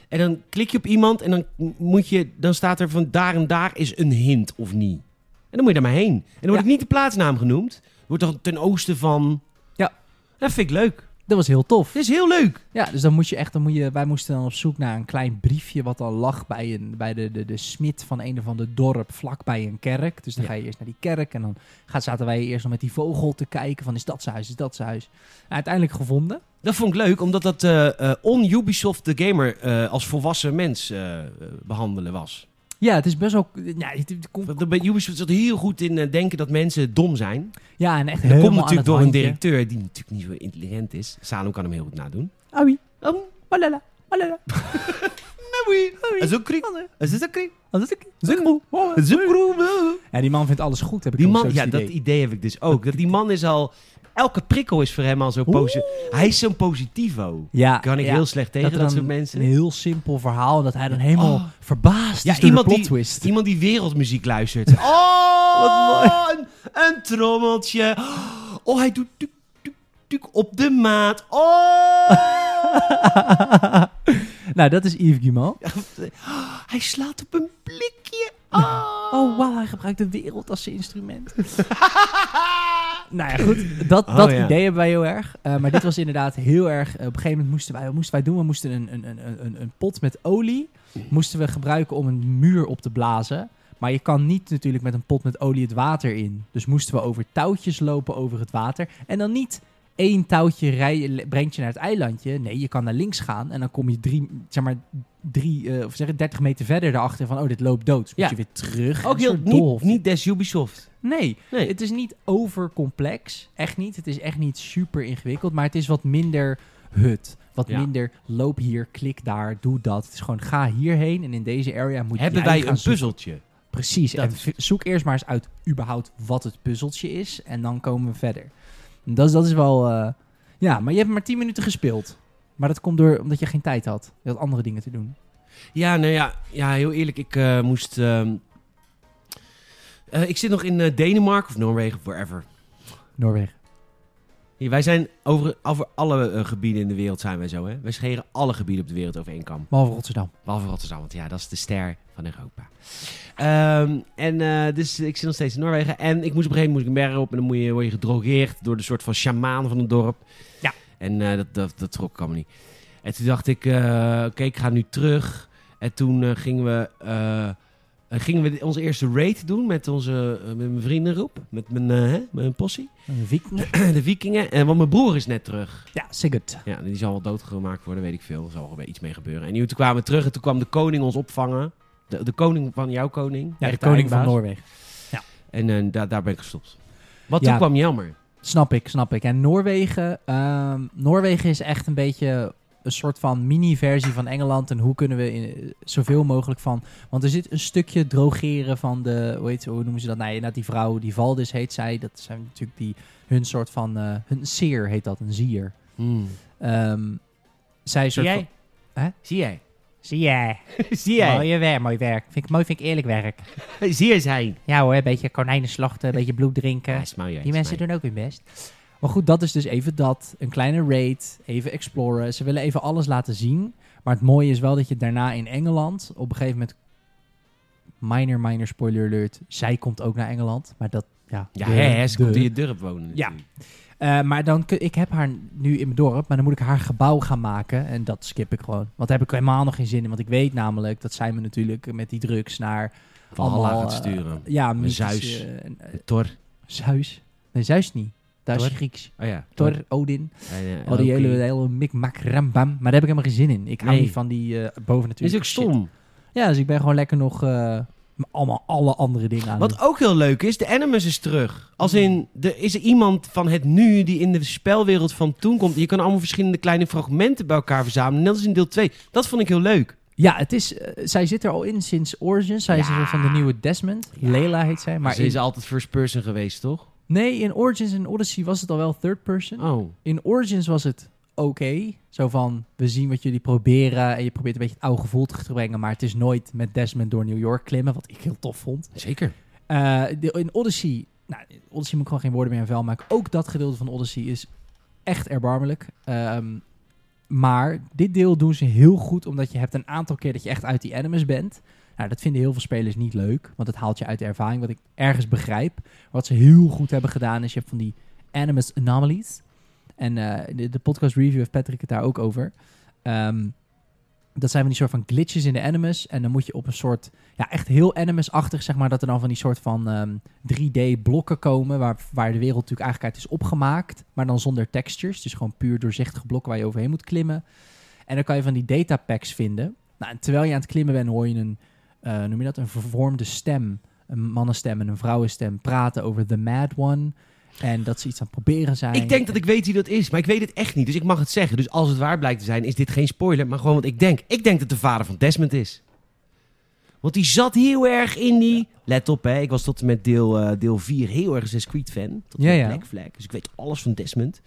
S1: En dan klik je op iemand en dan, moet je, dan staat er van... daar en daar is een hint of niet. En dan moet je daar maar heen. En dan wordt
S2: Ja.
S1: ook niet de plaatsnaam genoemd. Wordt dan ten oosten van...
S2: Ja.
S1: Dat vind ik leuk.
S2: Dat was heel tof.
S1: Dat is heel leuk.
S2: Ja, dus dan moet je echt, dan moet je, wij moesten dan op zoek naar een klein briefje wat al lag bij, een, bij de, de, de smid van een of ander dorp vlakbij een kerk. Dus dan
S1: Ja.
S2: ga je eerst naar die kerk en dan gaat, zaten wij eerst nog met die vogel te kijken van is dat zijn huis, is dat zijn huis. Nou, uiteindelijk gevonden.
S1: Dat vond ik leuk, omdat dat eh, eh, on-Ubisoft de gamer eh, als volwassen mens eh, eh, behandelen was.
S2: Ja, het is best wel, ja, het, het komt-
S1: Want Bij Ubisoft zat heel goed in eh, denken dat mensen dom zijn.
S2: ja en echt
S1: Dat
S2: helemaal
S1: komt
S2: aan het
S1: natuurlijk door een
S2: handje.
S1: directeur die natuurlijk niet zo intelligent is. Salom kan hem heel goed nadoen.
S2: Aui,
S1: Oh,
S2: malala, malala,
S1: nee,
S2: aui.
S1: Is ook kriek.
S2: malala.
S1: Is het ook kriek?
S2: Dat is ik.
S1: Is ook
S2: Oh,
S1: Is ook kriek.
S2: Ja, die man vindt alles goed, heb ik
S1: Die
S2: soms
S1: man,
S2: zo'n
S1: ja, dat
S2: idee.
S1: idee heb ik dus ook. Dat die man is al... Elke prikkel is voor hem al zo positief. Hij is zo'n positivo.
S2: ja,
S1: Kan ik
S2: ja.
S1: heel slecht tegen
S2: er
S1: dat,
S2: dan
S1: soort mensen.
S2: Een heel simpel verhaal dat hij dan helemaal
S1: Oh.
S2: verbaasd
S1: Ja,
S2: is door
S1: iemand
S2: de
S1: die-
S2: plot twist.
S1: Iemand die wereldmuziek luistert. Oh, Een, een trommeltje. Oh, hij doet tuk, tuk, tuk op de maat. Oh,
S2: nou, dat is Yves Guillemot.
S1: hij slaat op een blikje. Oh,
S2: Oh, wauw, hij gebruikt de wereld als zijn instrument. Oh, nou ja, goed. Dat,
S1: Oh,
S2: dat
S1: ja.
S2: idee hebben wij heel erg. Eh, maar dit was inderdaad heel erg... eh, op een gegeven moment moesten wij... Wat moesten wij doen? We moesten een, een, een, een, een pot met olie... moesten we gebruiken om een muur op te blazen. Maar je kan niet natuurlijk met een pot met olie het water in. Dus moesten we over touwtjes lopen over het water. En dan niet één touwtje rij, brengt je naar het eilandje. Nee, je kan naar links gaan en dan kom je drie, zeg maar, drie, eh, of zeg het, 30 meter verder daarachter van, oh, dit loopt dood. Dus
S1: Ja.
S2: moet je weer terug.
S1: Ook
S2: Een
S1: heel
S2: soort
S1: niet,
S2: doolhof.
S1: niet des Ubisoft.
S2: Nee,
S1: Nee.
S2: het is niet overcomplex. Echt niet. Het is echt niet super ingewikkeld, maar het is wat minder hut. Wat
S1: Ja.
S2: minder loop hier, klik daar, doe dat. Het is gewoon ga hierheen en in deze area moet
S1: Hebben
S2: jij
S1: wij
S2: gaan
S1: een
S2: zoeken.
S1: puzzeltje?
S2: Precies.
S1: Dat
S2: en
S1: is
S2: v- zoek eerst maar eens uit überhaupt wat het puzzeltje is. En dan komen we verder. Dat, is- dat is wel... eh, ja, maar je hebt maar 10 minuten gespeeld. Maar dat komt door omdat je geen tijd had. Je had andere dingen te doen.
S1: Ja, nou ja, ja heel eerlijk, ik eh, moest... ehm, eh, ik zit nog in eh, Denemarken of Noorwegen, wherever.
S2: Noorwegen.
S1: Hier, wij zijn over, over alle eh, gebieden in de wereld zijn wij zo, hè? Wij scheren alle gebieden op de wereld over één kam.
S2: Behalve Rotterdam.
S1: Behalve Rotterdam, want ja, dat is de ster van Europa. Ehm, en eh, dus ik zit nog steeds in Noorwegen. En ik moest op een gegeven moment moest ik een berg op. En dan moet je, word je gedrogeerd door de soort van sjamaan van het dorp.
S2: Ja.
S1: En eh, dat, dat, dat trok ik allemaal niet. En toen dacht ik, eh, oké, ik ga nu terug. En toen eh, gingen we... eh, eh, gingen we onze eerste raid doen met onze eh, met mijn vriendengroep, met mijn, eh, hè, mijn possie,
S2: Een Viking.
S1: de vikingen. En want mijn broer is net terug.
S2: Ja, Sigurd.
S1: Ja, die zal wel doodgemaakt worden, weet ik veel. Er zal wel iets mee gebeuren. En toen kwamen we terug en toen kwam de koning ons opvangen. De, de koning van jouw koning.
S2: Ja, de
S1: Echte
S2: koning van
S1: eindbaas.
S2: Noorwegen.
S1: En eh, daar- daar ben ik gestopt. Want
S2: Ja.
S1: toen kwam jammer.
S2: Snap ik, snap ik. En Noorwegen, ehm, Noorwegen is echt een beetje een soort van mini-versie van Engeland. En hoe kunnen we in, eh, zoveel mogelijk van... Want er zit een stukje drogeren van de... Hoe, heet, hoe noemen ze dat? Nou, inderdaad, die vrouw die Valdis heet zij. Dat zijn natuurlijk die... Hun soort van... eh, hun seer heet dat, een zier.
S1: Hmm.
S2: Ehm, zij is
S1: Zie
S2: soort van-
S1: jij?
S2: Hè?
S1: Zie jij?
S2: Zie jij.
S1: Zie jij?
S2: Mooi werk, mooi werk. Vind ik mooi, vind ik eerlijk werk.
S1: Zie jij zijn?
S2: Ja hoor, een beetje konijnen slachten, een beetje bloed drinken.
S1: Ja, smouw jij.
S2: Die mensen doen ook hun best. Maar goed, dat is dus even dat. Een kleine raid, even exploren. Ze willen even alles laten zien. Maar het mooie is wel dat je daarna in Engeland op een gegeven moment... Minor, minor spoiler alert. Zij komt ook naar Engeland. Maar dat Ja,
S1: Ja,
S2: de-
S1: hè, hè, ze
S2: de-
S1: komt in je dorp wonen.
S2: Ja.
S1: natuurlijk.
S2: Eh, maar dan, kun- ik heb haar nu in mijn dorp, maar dan moet ik haar gebouw gaan maken. En dat skip ik gewoon. Want daar heb ik helemaal nog geen zin in. Want ik weet namelijk dat zij me natuurlijk met die drugs naar...
S1: Valhalla
S2: allemaal,
S1: gaat
S2: eh,
S1: sturen.
S2: ja, mythische,
S1: Zeus.
S2: eh, en, eh,
S1: Thor.
S2: Zeus? Nee, Zeus niet. Dat is
S1: Thor?
S2: Grieks.
S1: Oh ja.
S2: Thor, Odin.
S1: En, eh,
S2: Al Oh, die
S1: Loki.
S2: hele, hele mikmak, rambam. Maar daar heb ik helemaal geen zin in. Ik hou
S1: Nee.
S2: niet van die eh
S1: Is
S2: bovennatuurlijke
S1: ook
S2: shit.
S1: stom.
S2: Ja, dus ik ben gewoon lekker nog eh, allemaal alle andere dingen aan
S1: Wat Hmm. ook heel leuk is, de Animus is terug. Als in, er is er iemand van het nu die in de spelwereld van toen komt. Je kan allemaal verschillende kleine fragmenten bij elkaar verzamelen. Net als in deel 2. Dat vond ik heel leuk.
S2: Ja, het is, eh, zij zit er al in sinds Origins. Zij is
S1: Ja.
S2: er van de nieuwe Desmond. Lela heet zij. Maar
S1: Maar ze
S2: in-
S1: is altijd first person geweest, toch?
S2: nee, in Origins en Odyssey was het al wel third person.
S1: Oh.
S2: In Origins was het oké. Zo van, we zien wat jullie proberen. En je probeert een beetje het oude gevoel terug te brengen. Maar het is nooit met Desmond door New York klimmen. Wat ik heel tof vond.
S1: Zeker.
S2: Eh, de- in Odyssey, nou, in Odyssey moet ik gewoon geen woorden meer aan vuil maken. Ook dat gedeelte van Odyssey is echt erbarmelijk. Ehm, maar dit deel doen ze heel goed, omdat je hebt een aantal keer dat je echt uit die animus bent. Nou, dat vinden heel veel spelers niet leuk, want het haalt je uit de ervaring, wat ik ergens begrijp. Wat ze heel goed hebben gedaan is, je hebt van die animus anomalies. En eh, de, de podcast review heeft Patrick het daar ook over. Ehm, dat zijn van die soort van glitches in de animus. En dan moet je op een soort ja, echt heel Animus-achtig, zeg maar, dat er dan van die soort van ehm, 3D-blokken komen, waar, waar de wereld natuurlijk eigenlijk uit is opgemaakt, maar dan zonder textures, dus gewoon puur doorzichtige blokken waar je overheen moet klimmen. En dan kan je van die datapacks vinden. Nou, en terwijl je aan het klimmen bent, hoor je een, eh, noem je dat, een vervormde stem, een mannenstem en een vrouwenstem praten over The Mad One. En dat ze iets aan het proberen zijn.
S1: Ik denk dat ik weet wie dat is, maar ik weet het echt niet. Dus ik mag het zeggen. Dus als het waar blijkt te zijn, is dit geen spoiler. Maar gewoon wat ik denk. Ik denk dat de vader van Desmond is. Want die zat heel erg in die... Let op, hè. Ik was tot en met deel, eh, deel 4 heel erg een Assassin's Creed fan. Tot en
S2: Ja,
S1: met
S2: ja.
S1: Black Flag. Dus ik weet alles van Desmond.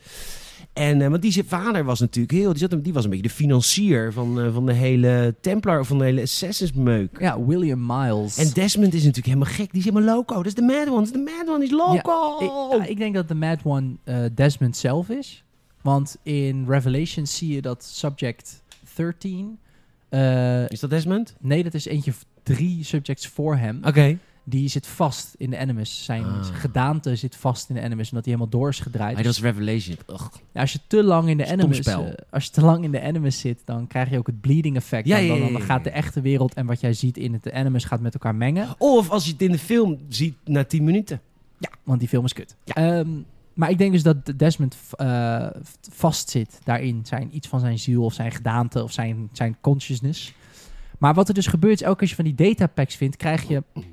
S1: En, eh, want die zijn vader was natuurlijk heel... Die, zat, die was een beetje de financier van, eh, van de hele Templar... van de hele Assassin's meuk.
S2: Ja, William Miles.
S1: En Desmond is natuurlijk helemaal gek. Die is helemaal loco. Dat is de mad one. Dat is de mad one. Die is loco.
S2: Ik, ja, ik denk dat de Mad One eh, Desmond zelf is. Want in Revelation zie je dat Subject 13. eh,
S1: Is dat Desmond?
S2: nee, dat is eentje v- drie subjects voor hem.
S1: Oké.
S2: Die zit vast in de Animus. Zijn
S1: Ah.
S2: gedaante zit vast in de Animus. Omdat hij helemaal door is gedraaid.
S1: Hij dat is Revelation. Ugh.
S2: Ja, als je te lang in de
S1: Stom
S2: Animus,
S1: spel.
S2: eh, als je te lang in de Animus zit, dan krijg je ook het bleeding effect.
S1: Ja,
S2: dan,
S1: ja,
S2: dan,
S1: ja,
S2: dan
S1: ja, ja.
S2: gaat de echte wereld en wat jij ziet in het Animus gaat met elkaar mengen.
S1: Of als je het in de film ziet na 10 minuten.
S2: Ja, want die film is kut. Ehm, maar ik denk dus dat Desmond eh, vast zit daarin. Zijn, iets van zijn ziel of zijn gedaante of zijn, zijn consciousness. Maar wat er dus gebeurt is, elke keer als je van die datapacks vindt... krijg je nou,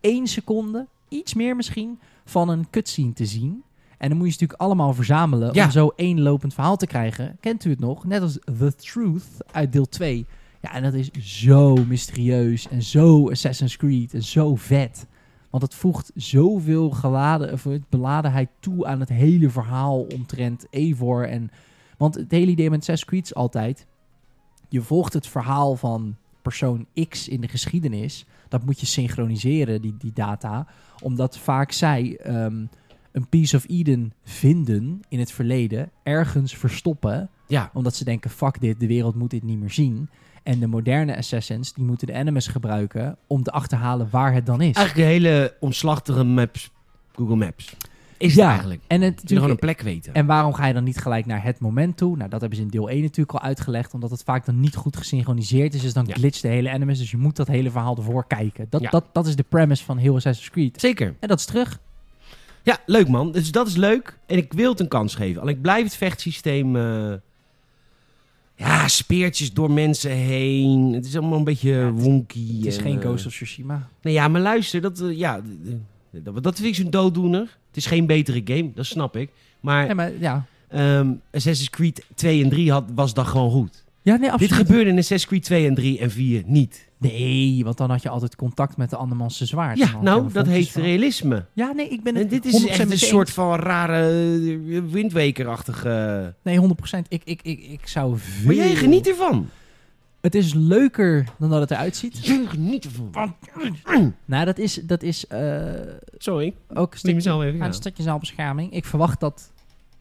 S2: één seconde, iets meer misschien, van een cutscene te zien. En dan moet je ze natuurlijk allemaal verzamelen
S1: Ja.
S2: om zo één lopend verhaal te krijgen. Kent u het nog? Net als The Truth uit deel 2. Ja, en dat is zo mysterieus en zo Assassin's Creed en zo vet. Want het voegt zoveel geladen, of beladenheid toe aan het hele verhaal omtrent Eivor. En, want het hele idee met Assassin's Creed is altijd... Je volgt het verhaal van persoon X in de geschiedenis. Dat moet je synchroniseren, die, die data. Omdat vaak zij ehm, een piece of Eden vinden in het verleden. Ergens verstoppen
S1: Ja.
S2: omdat ze denken, fuck dit, de wereld moet dit niet meer zien. En de moderne assassins, die moeten de animus gebruiken om te achterhalen waar het dan is.
S1: Eigenlijk een hele omslachtige maps. Google Maps. Is
S2: Ja,
S1: het eigenlijk.
S2: en, het,
S1: Je wil gewoon een
S2: natuurlijk,
S1: plek weten.
S2: en waarom ga je dan niet gelijk naar het moment toe? Nou, dat hebben ze in deel 1 natuurlijk al uitgelegd, omdat het vaak dan niet goed gesynchroniseerd is. Dus dan
S1: Ja.
S2: glitcht de hele animus, dus je moet dat hele verhaal ervoor kijken. Dat,
S1: Ja.
S2: dat, dat is de premise van heel Assassin's Creed.
S1: Zeker.
S2: En dat is terug.
S1: Ja, leuk man. Dus dat is leuk. En ik wil het een kans geven. Alleen ik blijf het vechtsysteem... eh, ja, speertjes door mensen heen. Het is allemaal een beetje
S2: het is-
S1: wonky.
S2: Het is
S1: en,
S2: geen
S1: eh,
S2: Ghost of Tsushima.
S1: Nee, ja, maar luister, dat, eh, ja, d- d- dat, dat vind ik zo'n dooddoener. Het is geen betere game, dat snap ik. Maar
S2: Nee, maar ja.
S1: ehm, Assassin's Creed 2 en 3 had, was dan gewoon goed.
S2: Ja, nee, absoluut.
S1: Dit gebeurde in Assassin's Creed 2 en 3 en 4 niet.
S2: Nee, want dan had je altijd contact met de andermanse zwaard. Dan
S1: Ja,
S2: had je
S1: nou,
S2: een
S1: dat heet
S2: volksverhaal.
S1: realisme.
S2: Ja, nee, ik ben het
S1: En dit is
S2: 100%
S1: echt een
S2: met je
S1: soort van rare eh, windwekerachtige... eh,
S2: Nee, 100%. Ik, ik, ik, ik zou veel...
S1: Maar jij geniet ervan.
S2: Het is leuker dan dat het eruit ziet.
S1: Jij geniet ervan.
S2: Nou, dat is, dat is eh,
S1: Sorry,
S2: ook een
S1: neem
S2: stukje,
S1: mezelf even
S2: aan een stukje zelfbescherming. Ik verwacht dat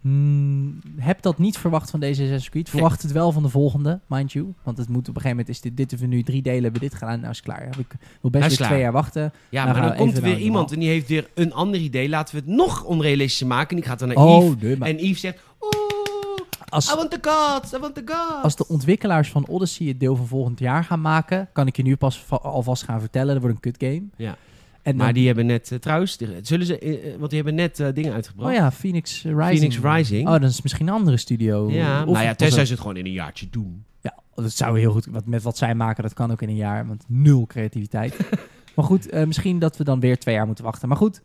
S2: mm, heb dat niet verwacht van deze Assassin's Creed. Verwacht het wel van de volgende, mind you. Want het moet op een gegeven moment, is dit, dit hebben we nu drie delen, hebben we dit gedaan, nou is het klaar. Heb ik wil best
S1: Nou is
S2: weer
S1: klaar.
S2: twee jaar wachten.
S1: Ja,
S2: Nou,
S1: maar dan
S2: gaan we
S1: komt er
S2: even
S1: weer
S2: naar
S1: iemand
S2: normaal.
S1: en die heeft weer een ander idee. Laten we het nog onrealistischer maken. En die gaat dan naar Yves.
S2: oh, nee, maar
S1: En Yves zegt... Oeh, I
S2: als,
S1: want the gods, I want the gods.
S2: als de ontwikkelaars van Odyssey het deel van volgend jaar gaan maken, kan ik je nu pas va- alvast gaan vertellen, dat wordt een kut game.
S1: Ja.
S2: En
S1: Maar
S2: dan,
S1: die hebben net, eh, trouwens, die- zullen ze, eh, eh, want die hebben net eh, dingen uitgebracht.
S2: oh ja, Phoenix Rising.
S1: Phoenix Rising.
S2: Oh, dan is het misschien een andere studio.
S1: Ja,
S2: Of
S1: nou ja,
S2: het was
S1: tenzij
S2: een-
S1: ze het gewoon in een jaartje doen.
S2: Ja, dat zou heel goed. Want met wat zij maken, dat kan ook in een jaar. Want nul creativiteit. maar goed, eh, misschien dat we dan weer twee jaar moeten wachten. Maar goed,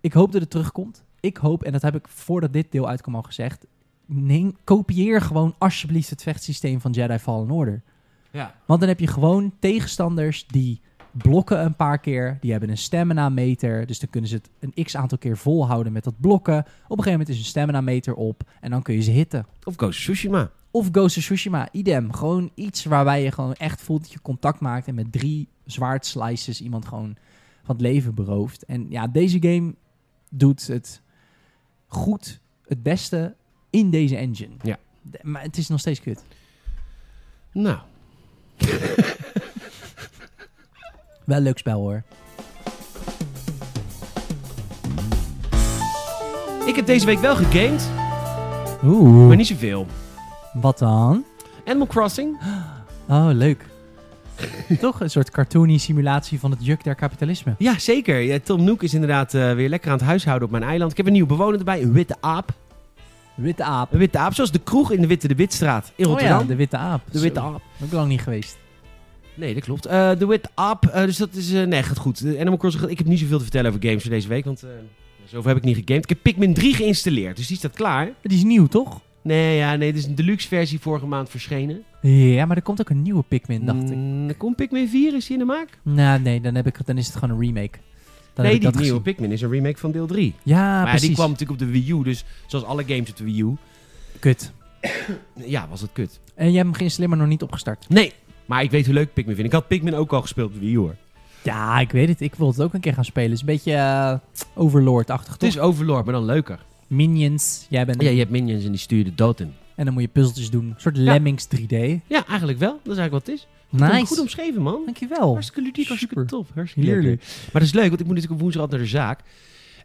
S2: ik hoop dat het terugkomt. Ik hoop, en dat heb ik voordat dit deel uitkwam al gezegd. Neem, kopieer gewoon alsjeblieft het vechtsysteem van Jedi Fallen Order.
S1: Ja.
S2: Want dan heb je gewoon tegenstanders die blokken een paar keer. Die hebben een stamina meter. Dus dan kunnen ze het een x aantal keer volhouden met dat blokken. Op een gegeven moment is een stamina meter op. En dan kun je ze hitten.
S1: Of Ghost of Tsushima.
S2: Of Ghost of Tsushima, idem. Gewoon iets waarbij je gewoon echt voelt dat je contact maakt en met drie zwaard slices iemand gewoon van het leven berooft. En ja, deze game doet het goed, het beste in deze engine.
S1: Ja.
S2: De- maar het is nog steeds kut.
S1: Nou,
S2: Wel een leuk spel hoor.
S1: ik heb deze week wel gegamed,
S2: Oeh.
S1: maar niet zoveel.
S2: Wat dan?
S1: Animal Crossing.
S2: Oh, leuk. Toch een soort cartoony simulatie van het juk der kapitalisme.
S1: Ja, zeker. Ja, Tom Nook is inderdaad eh, weer lekker aan het huishouden op mijn eiland. Ik heb een nieuwe bewoner erbij, een witte aap.
S2: Witte aap.
S1: Een witte aap, zoals de kroeg in de Witte de Witstraat in
S2: Oh ja,
S1: Rotterdam.
S2: de witte aap.
S1: de witte
S2: Zo,
S1: aap.
S2: Ook lang niet geweest.
S1: Nee, dat klopt. Eh, de Witte Aap, eh, dus dat is... eh, nee, gaat goed. Eh, Animal Crossing, ik heb niet zoveel te vertellen over games voor deze week, want eh, zoveel heb ik niet gegamed. Ik heb Pikmin 3 geïnstalleerd, dus die staat klaar.
S2: Het is nieuw, toch?
S1: Nee, ja, nee, het is een deluxe versie vorige maand verschenen.
S2: Ja, maar er komt ook een nieuwe Pikmin, dacht ik.
S1: Mm, dan komt Pikmin 4, is die in de maak?
S2: Nou, nee, dan, heb ik, dan is het gewoon een remake. Dan heb
S1: nee,
S2: ik
S1: die
S2: dat
S1: nieuwe
S2: gezien.
S1: Pikmin is een remake van deel 3.
S2: Ja,
S1: maar ja,
S2: precies.
S1: die kwam natuurlijk op de Wii U, dus zoals alle games op de Wii U,
S2: Kut.
S1: ja, was het kut.
S2: En jij hebt hem geïnstalleerd, maar nog niet opgestart.
S1: Nee, maar ik weet hoe leuk Pikmin vind. Ik had Pikmin ook al gespeeld op de Wii U, hoor.
S2: Ja, ik weet het. Ik wil het ook een keer gaan spelen. Het is een beetje eh, Overlord-achtig,
S1: Het
S2: toch?
S1: is Overlord, maar dan leuker.
S2: Minions, jij bent...
S1: Ja, je hebt minions en die stuur je de dood in.
S2: En dan moet je puzzeltjes doen. Een soort Lemmings 3D.
S1: Ja, eigenlijk wel. Dat is eigenlijk wat het is.
S2: Nice.
S1: Goed omschreven, man.
S2: Dankjewel.
S1: Hartstikke ludiek, hartstikke
S2: Super.
S1: tof. Hartstikke leuk.
S2: Heerlijk.
S1: Maar dat is leuk, want ik moet natuurlijk op woensdag altijd naar de zaak.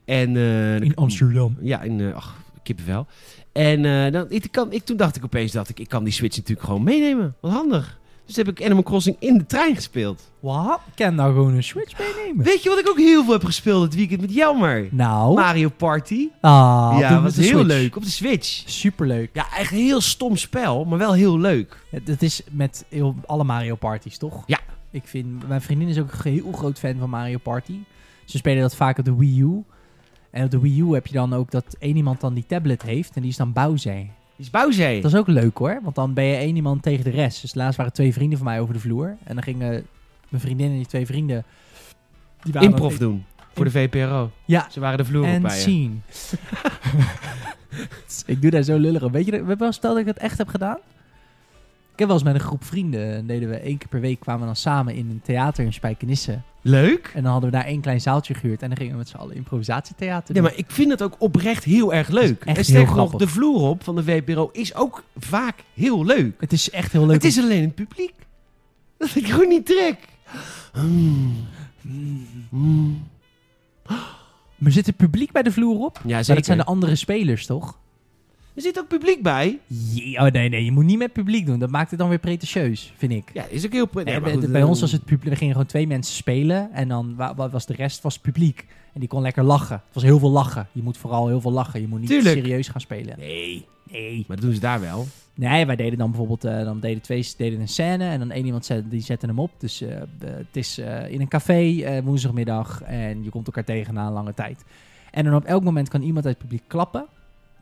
S1: En, eh, dan-
S2: In Amsterdam.
S1: Ja, in, eh, ach, kippenvel. En eh, dan, ik kan, ik, toen dacht ik opeens, dacht ik, ik kan die Switch natuurlijk gewoon meenemen. Wat handig. Dus heb ik Animal Crossing in de trein gespeeld.
S2: Wat? Ik kan nou gewoon een Switch meenemen.
S1: Weet je wat ik ook heel veel heb gespeeld dit weekend met Jelmer?
S2: Nou.
S1: Mario Party.
S2: ah, doen we
S1: ja, was
S2: de
S1: heel
S2: Switch.
S1: leuk. Op de Switch.
S2: Superleuk.
S1: Ja, echt een heel stom spel, maar wel heel leuk.
S2: Het, het is met heel- alle Mario Parties, toch?
S1: Ja.
S2: Ik vind, mijn vriendin is ook een heel groot fan van Mario Party. Ze spelen dat vaak op de Wii U. En op de Wii U heb je dan ook dat één iemand dan die tablet heeft en die is dan Bowser.
S1: Die is Bowser.
S2: Dat is ook leuk hoor, want dan ben je één iemand tegen de rest. Dus laatst waren twee vrienden van mij over de vloer. En dan gingen mijn vriendin en die twee vrienden... Die waren
S1: Improv
S2: dan-
S1: doen. Voor de VPRO.
S2: Ja,
S1: Ze waren de vloer op
S2: en
S1: bij je.
S2: zien. ik doe daar zo lullig op. Weet je, dat- we hebben wel stel dat ik het echt heb gedaan. Ik heb wel eens met een groep vrienden, en deden we één keer per week, kwamen we dan samen in een theater in Spijkenisse.
S1: Leuk.
S2: En dan hadden we daar één klein zaaltje gehuurd en dan gingen we met z'n allen improvisatietheater
S1: Ja,
S2: doen.
S1: maar ik vind het ook oprecht heel erg leuk.
S2: echt
S1: En sterker
S2: heel
S1: nog,
S2: grappig.
S1: de vloer op van de VPRO is ook vaak heel leuk.
S2: Het is echt heel leuk.
S1: Het is alleen het publiek. Dat ik gewoon niet trek. Mm. Mm.
S2: om- Maar zit het publiek bij de vloer op?
S1: Ja,
S2: Maar
S1: zeker.
S2: dat zijn de andere spelers, toch?
S1: Er zit ook publiek bij.
S2: Jee, oh nee, nee, je moet niet met publiek doen. Dat maakt het dan weer pretentieus, vind ik.
S1: Ja, is ook heel prettig.
S2: Eh,
S1: Ja, maar
S2: bij-
S1: goed,
S2: bij
S1: eh,
S2: ons was het publiek, er gingen gewoon twee mensen spelen en dan wa- wa- was de rest was publiek. En die kon lekker lachen. Het was heel veel lachen. Je moet vooral heel veel lachen. Je moet niet
S1: Tuurlijk.
S2: serieus gaan spelen.
S1: Nee,
S2: Nee.
S1: maar dat doen ze daar wel.
S2: Nee, wij deden dan bijvoorbeeld, eh, dan deden twee deden een scène en dan één iemand zet, die zette hem op. Dus eh, de- het is eh, in een café eh, woensdagmiddag en je komt elkaar tegen na een lange tijd. En dan op elk moment kan iemand uit het publiek klappen.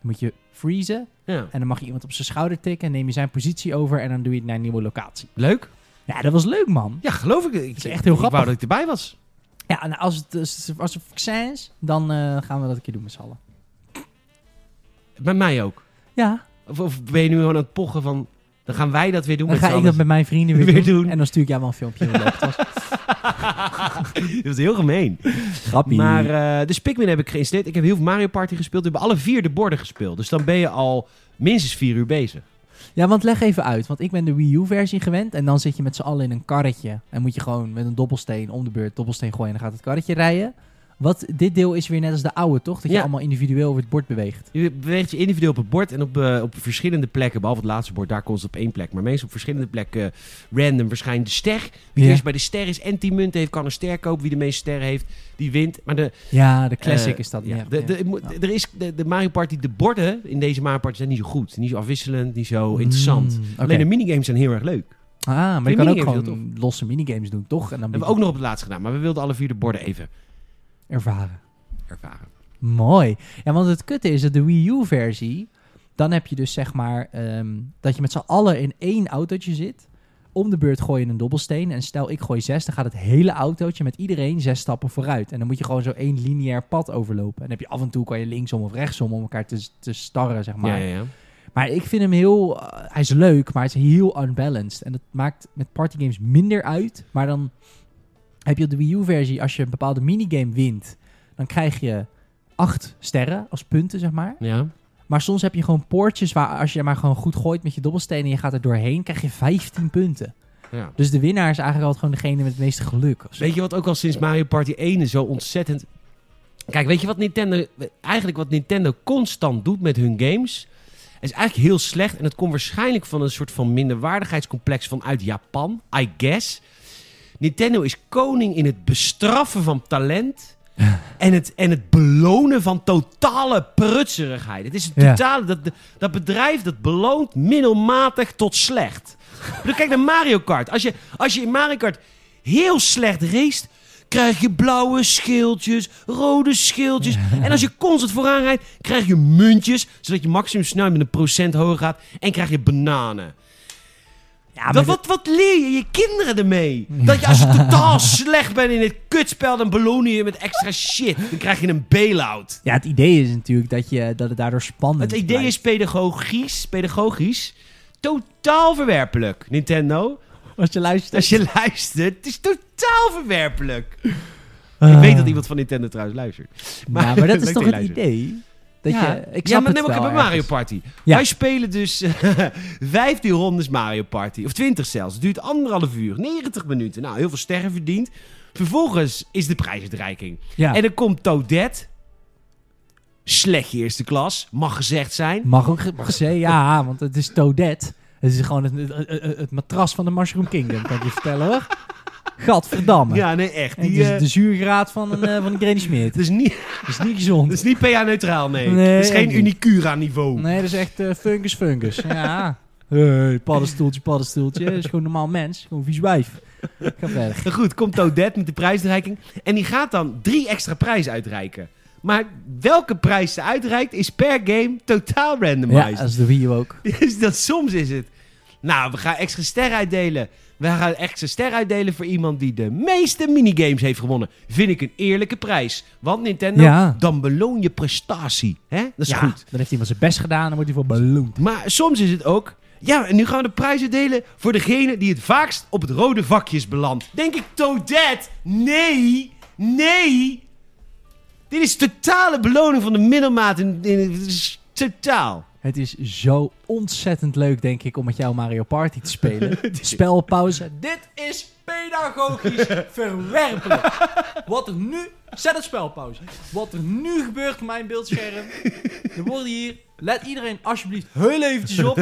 S2: Dan moet je freezen
S1: Ja.
S2: en dan mag je iemand op zijn schouder tikken en neem je zijn positie over en dan doe je het naar een nieuwe locatie.
S1: Leuk.
S2: Ja, dat was leuk man.
S1: Ja, geloof ik. Ik,
S2: is echt heel
S1: ik
S2: grappig.
S1: wou dat ik erbij was.
S2: Ja, nou, als het, als het- als het vaccins, dan eh, gaan we dat een keer doen met z'n allen.
S1: Bij mij ook.
S2: Ja,
S1: Of, of ben je nu gewoon aan het pochen van... Dan gaan wij dat weer doen
S2: dan
S1: met
S2: ga
S1: z'n
S2: ik
S1: allen.
S2: dat met mijn vrienden weer,
S1: Weer
S2: doen.
S1: doen.
S2: En dan stuur ik jou wel een filmpje. hoe leuk het was.
S1: dat was heel gemeen.
S2: Grappie.
S1: Maar eh dus Pikmin heb ik geïnstalleerd. Ik heb heel veel Mario Party gespeeld. We hebben alle vier de borden gespeeld. Dus dan ben je al minstens vier uur bezig.
S2: Ja, want leg even uit. Want ik ben de Wii U-versie gewend. En dan zit je met z'n allen in een karretje. En moet je gewoon met een dobbelsteen om de beurt dobbelsteen gooien. En dan gaat het karretje rijden. Wat, dit deel is weer net als de oude, toch? Dat je
S1: Ja.
S2: allemaal individueel over het bord beweegt.
S1: Je beweegt je individueel op het bord en op, eh, op verschillende plekken. Behalve het laatste bord, daar kon ze op één plek. Maar meestal op verschillende plekken eh, random verschijnt de ster. Wie
S2: Ja.
S1: eerst bij de ster is en 10 munten heeft, kan een ster kopen. Wie de meeste sterren heeft, die wint. Maar de,
S2: Ja, de classic
S1: eh,
S2: is dat.
S1: ja,
S2: Ja,
S1: de, de- mo-
S2: Ja.
S1: Er is, de, de Mario Party, de borden in deze Mario Party zijn niet zo goed. Niet zo afwisselend, niet zo interessant.
S2: Mm, oké.
S1: Alleen de minigames zijn heel erg leuk.
S2: ah, maar
S1: die
S2: je kan ook
S1: minigames heel
S2: gewoon losse minigames doen, toch? En dan
S1: hebben we ook nog op het laatst gedaan. Maar we wilden alle vier de borden even
S2: ervaren.
S1: ervaren.
S2: Mooi. Ja, want het kutte is dat de Wii U-versie... Dan heb je dus zeg maar ehm, dat je met z'n allen in één autootje zit. Om de beurt gooi je een dobbelsteen. En stel ik gooi zes, dan gaat het hele autootje met iedereen zes stappen vooruit. En dan moet je gewoon zo één lineair pad overlopen. En dan heb je af en toe kan je linksom of rechtsom om elkaar te, te starren, zeg maar.
S1: ja, ja, ja.
S2: Maar ik vind hem heel... eh, hij is leuk, maar hij is heel unbalanced. En dat maakt met partygames minder uit. Maar dan heb je op de Wii U-versie... als je een bepaalde minigame wint... dan krijg je acht sterren als punten, zeg maar.
S1: ja.
S2: Maar soms heb je gewoon poortjes waar... als je maar gewoon goed gooit met je dobbelstenen... en je gaat er doorheen, krijg je 15 punten.
S1: ja.
S2: Dus de winnaar is eigenlijk altijd gewoon degene met het meeste geluk. of zo.
S1: Weet je wat ook al sinds Mario Party 1 zo ontzettend... Kijk, weet je wat Nintendo... Eigenlijk wat Nintendo constant doet met hun games... is eigenlijk heel slecht. En het komt waarschijnlijk van een soort van minderwaardigheidscomplex vanuit Japan. I guess. Nintendo is koning in het bestraffen van talent... En het, en het belonen van totale prutserigheid. Het is een
S2: Ja.
S1: totale... Dat, dat bedrijf dat beloont middelmatig tot slecht. Ik bedoel, Kijk naar Mario Kart. Als je, als je in Mario Kart heel slecht race, krijg je blauwe schildjes, rode schildjes. En als je constant vooraan rijdt, krijg je muntjes, zodat je maximum snel met een procent hoger gaat. En krijg je bananen.
S2: Ja,
S1: Dat,
S2: maar
S1: wat, wat leer je je kinderen ermee? Dat je als je totaal slecht bent in het kutspel, dan belonen je je met extra shit. Dan krijg je een bailout.
S2: ja, het idee is natuurlijk dat, je, dat het daardoor spannend
S1: Het idee
S2: blijft.
S1: is pedagogisch, pedagogisch totaal verwerpelijk, Nintendo.
S2: Als je luistert...
S1: Als je luistert, het is totaal verwerpelijk.
S2: Ah.
S1: Ik weet dat iemand van Nintendo trouwens luistert.
S2: Maar,
S1: Maar-
S2: maar dat is
S1: Leuk
S2: toch
S1: dat
S2: het
S1: je luistert.
S2: idee? Dat
S1: ja,
S2: je, ik
S1: ja,
S2: snap
S1: maar
S2: het
S1: neem ook even
S2: wel ergens.
S1: Mario Party.
S2: Ja.
S1: Wij spelen dus vijftien rondes Mario Party. Of twintig zelfs. Het duurt anderhalf uur, 90 minuten. Nou, heel veel sterren verdiend. Vervolgens is de prijsuitreiking.
S2: Ja.
S1: En dan komt Toadette. Slechtje eerste klas, mag gezegd zijn.
S2: Mag ook mag zeggen, ja, want het is Toadette. Het is gewoon het, het, het- het matras van de Mushroom Kingdom, kan ik je vertellen hoor. Gadverdamme.
S1: Ja, nee, echt.
S2: En dus-
S1: Die,
S2: het is
S1: eh,
S2: de zuurgraad van een, eh van een Granny Smeert.
S1: het is niet,
S2: Dat is niet
S1: het
S2: gezond.
S1: is niet PH-neutraal, nee.
S2: Nee,
S1: Het is
S2: echt
S1: geen
S2: niet.
S1: Unicura-niveau.
S2: Nee, dat is echt eh, fungus fungus. Ja. Hey, paddenstoeltje, paddenstoeltje. Dat is gewoon een normaal mens. Gewoon een vies wijf. Ga verder.
S1: Maar goed, komt Toadette met de prijsreiking. En die gaat dan drie extra prijzen uitreiken. Maar welke prijs ze uitreikt is per game totaal
S2: Ja,
S1: randomized.
S2: dat is de Wii U ook.
S1: Dus dat soms is het. Nou, we gaan extra ster uitdelen. We gaan extra ster uitdelen voor iemand die de meeste minigames heeft gewonnen. Vind ik een eerlijke prijs. Want Nintendo,
S2: Ja.
S1: dan beloon je prestatie. hè? Dat is
S2: ja,
S1: goed.
S2: Dan heeft iemand zijn best gedaan, dan wordt hij voor beloond.
S1: Maar soms is het ook... Ja, en nu gaan we de prijzen delen voor degene die het vaakst op het rode vakje is beland. Denk ik, Toadette? Nee, nee. Dit is totale beloning van de middelmaat. In, in- het is totaal.
S2: Het is zo ontzettend leuk, denk ik, om met jou Mario Party te spelen. Spelpauze. Dit is pedagogisch verwerpelijk. Wat er nu... Zet het spelpauze. Wat er nu gebeurt op mijn beeldscherm... Er worden hier... Let iedereen alsjeblieft heel eventjes op...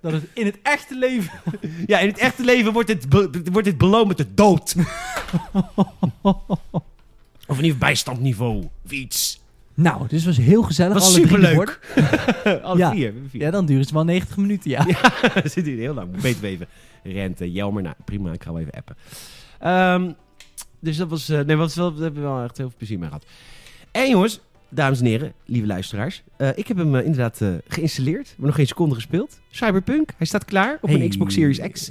S2: dat het in het echte leven...
S1: Ja, in het echte leven wordt dit, be- wordt dit beloond met de dood. of in ieder geval bijstandniveau. Of iets.
S2: Nou, dus het was heel gezellig.
S1: Dat was
S2: alle drie de borden.
S1: superleuk. Alle
S2: Ja.
S1: vier. vier.
S2: Ja, dan duurt het wel 90 minuten, ja.
S1: Dat zit hier heel lang. Moet Beter even rente. Jelmer, nou prima, ik ga wel even appen. Ehm, dus dat was. eh, nee, was wel, daar hebben we wel echt heel veel plezier mee gehad. En jongens, dames en heren, lieve luisteraars. eh, ik heb hem eh, inderdaad eh, geïnstalleerd. Maar nog geen seconde gespeeld. Cyberpunk, hij staat klaar op
S2: Hey.
S1: een Xbox Series X.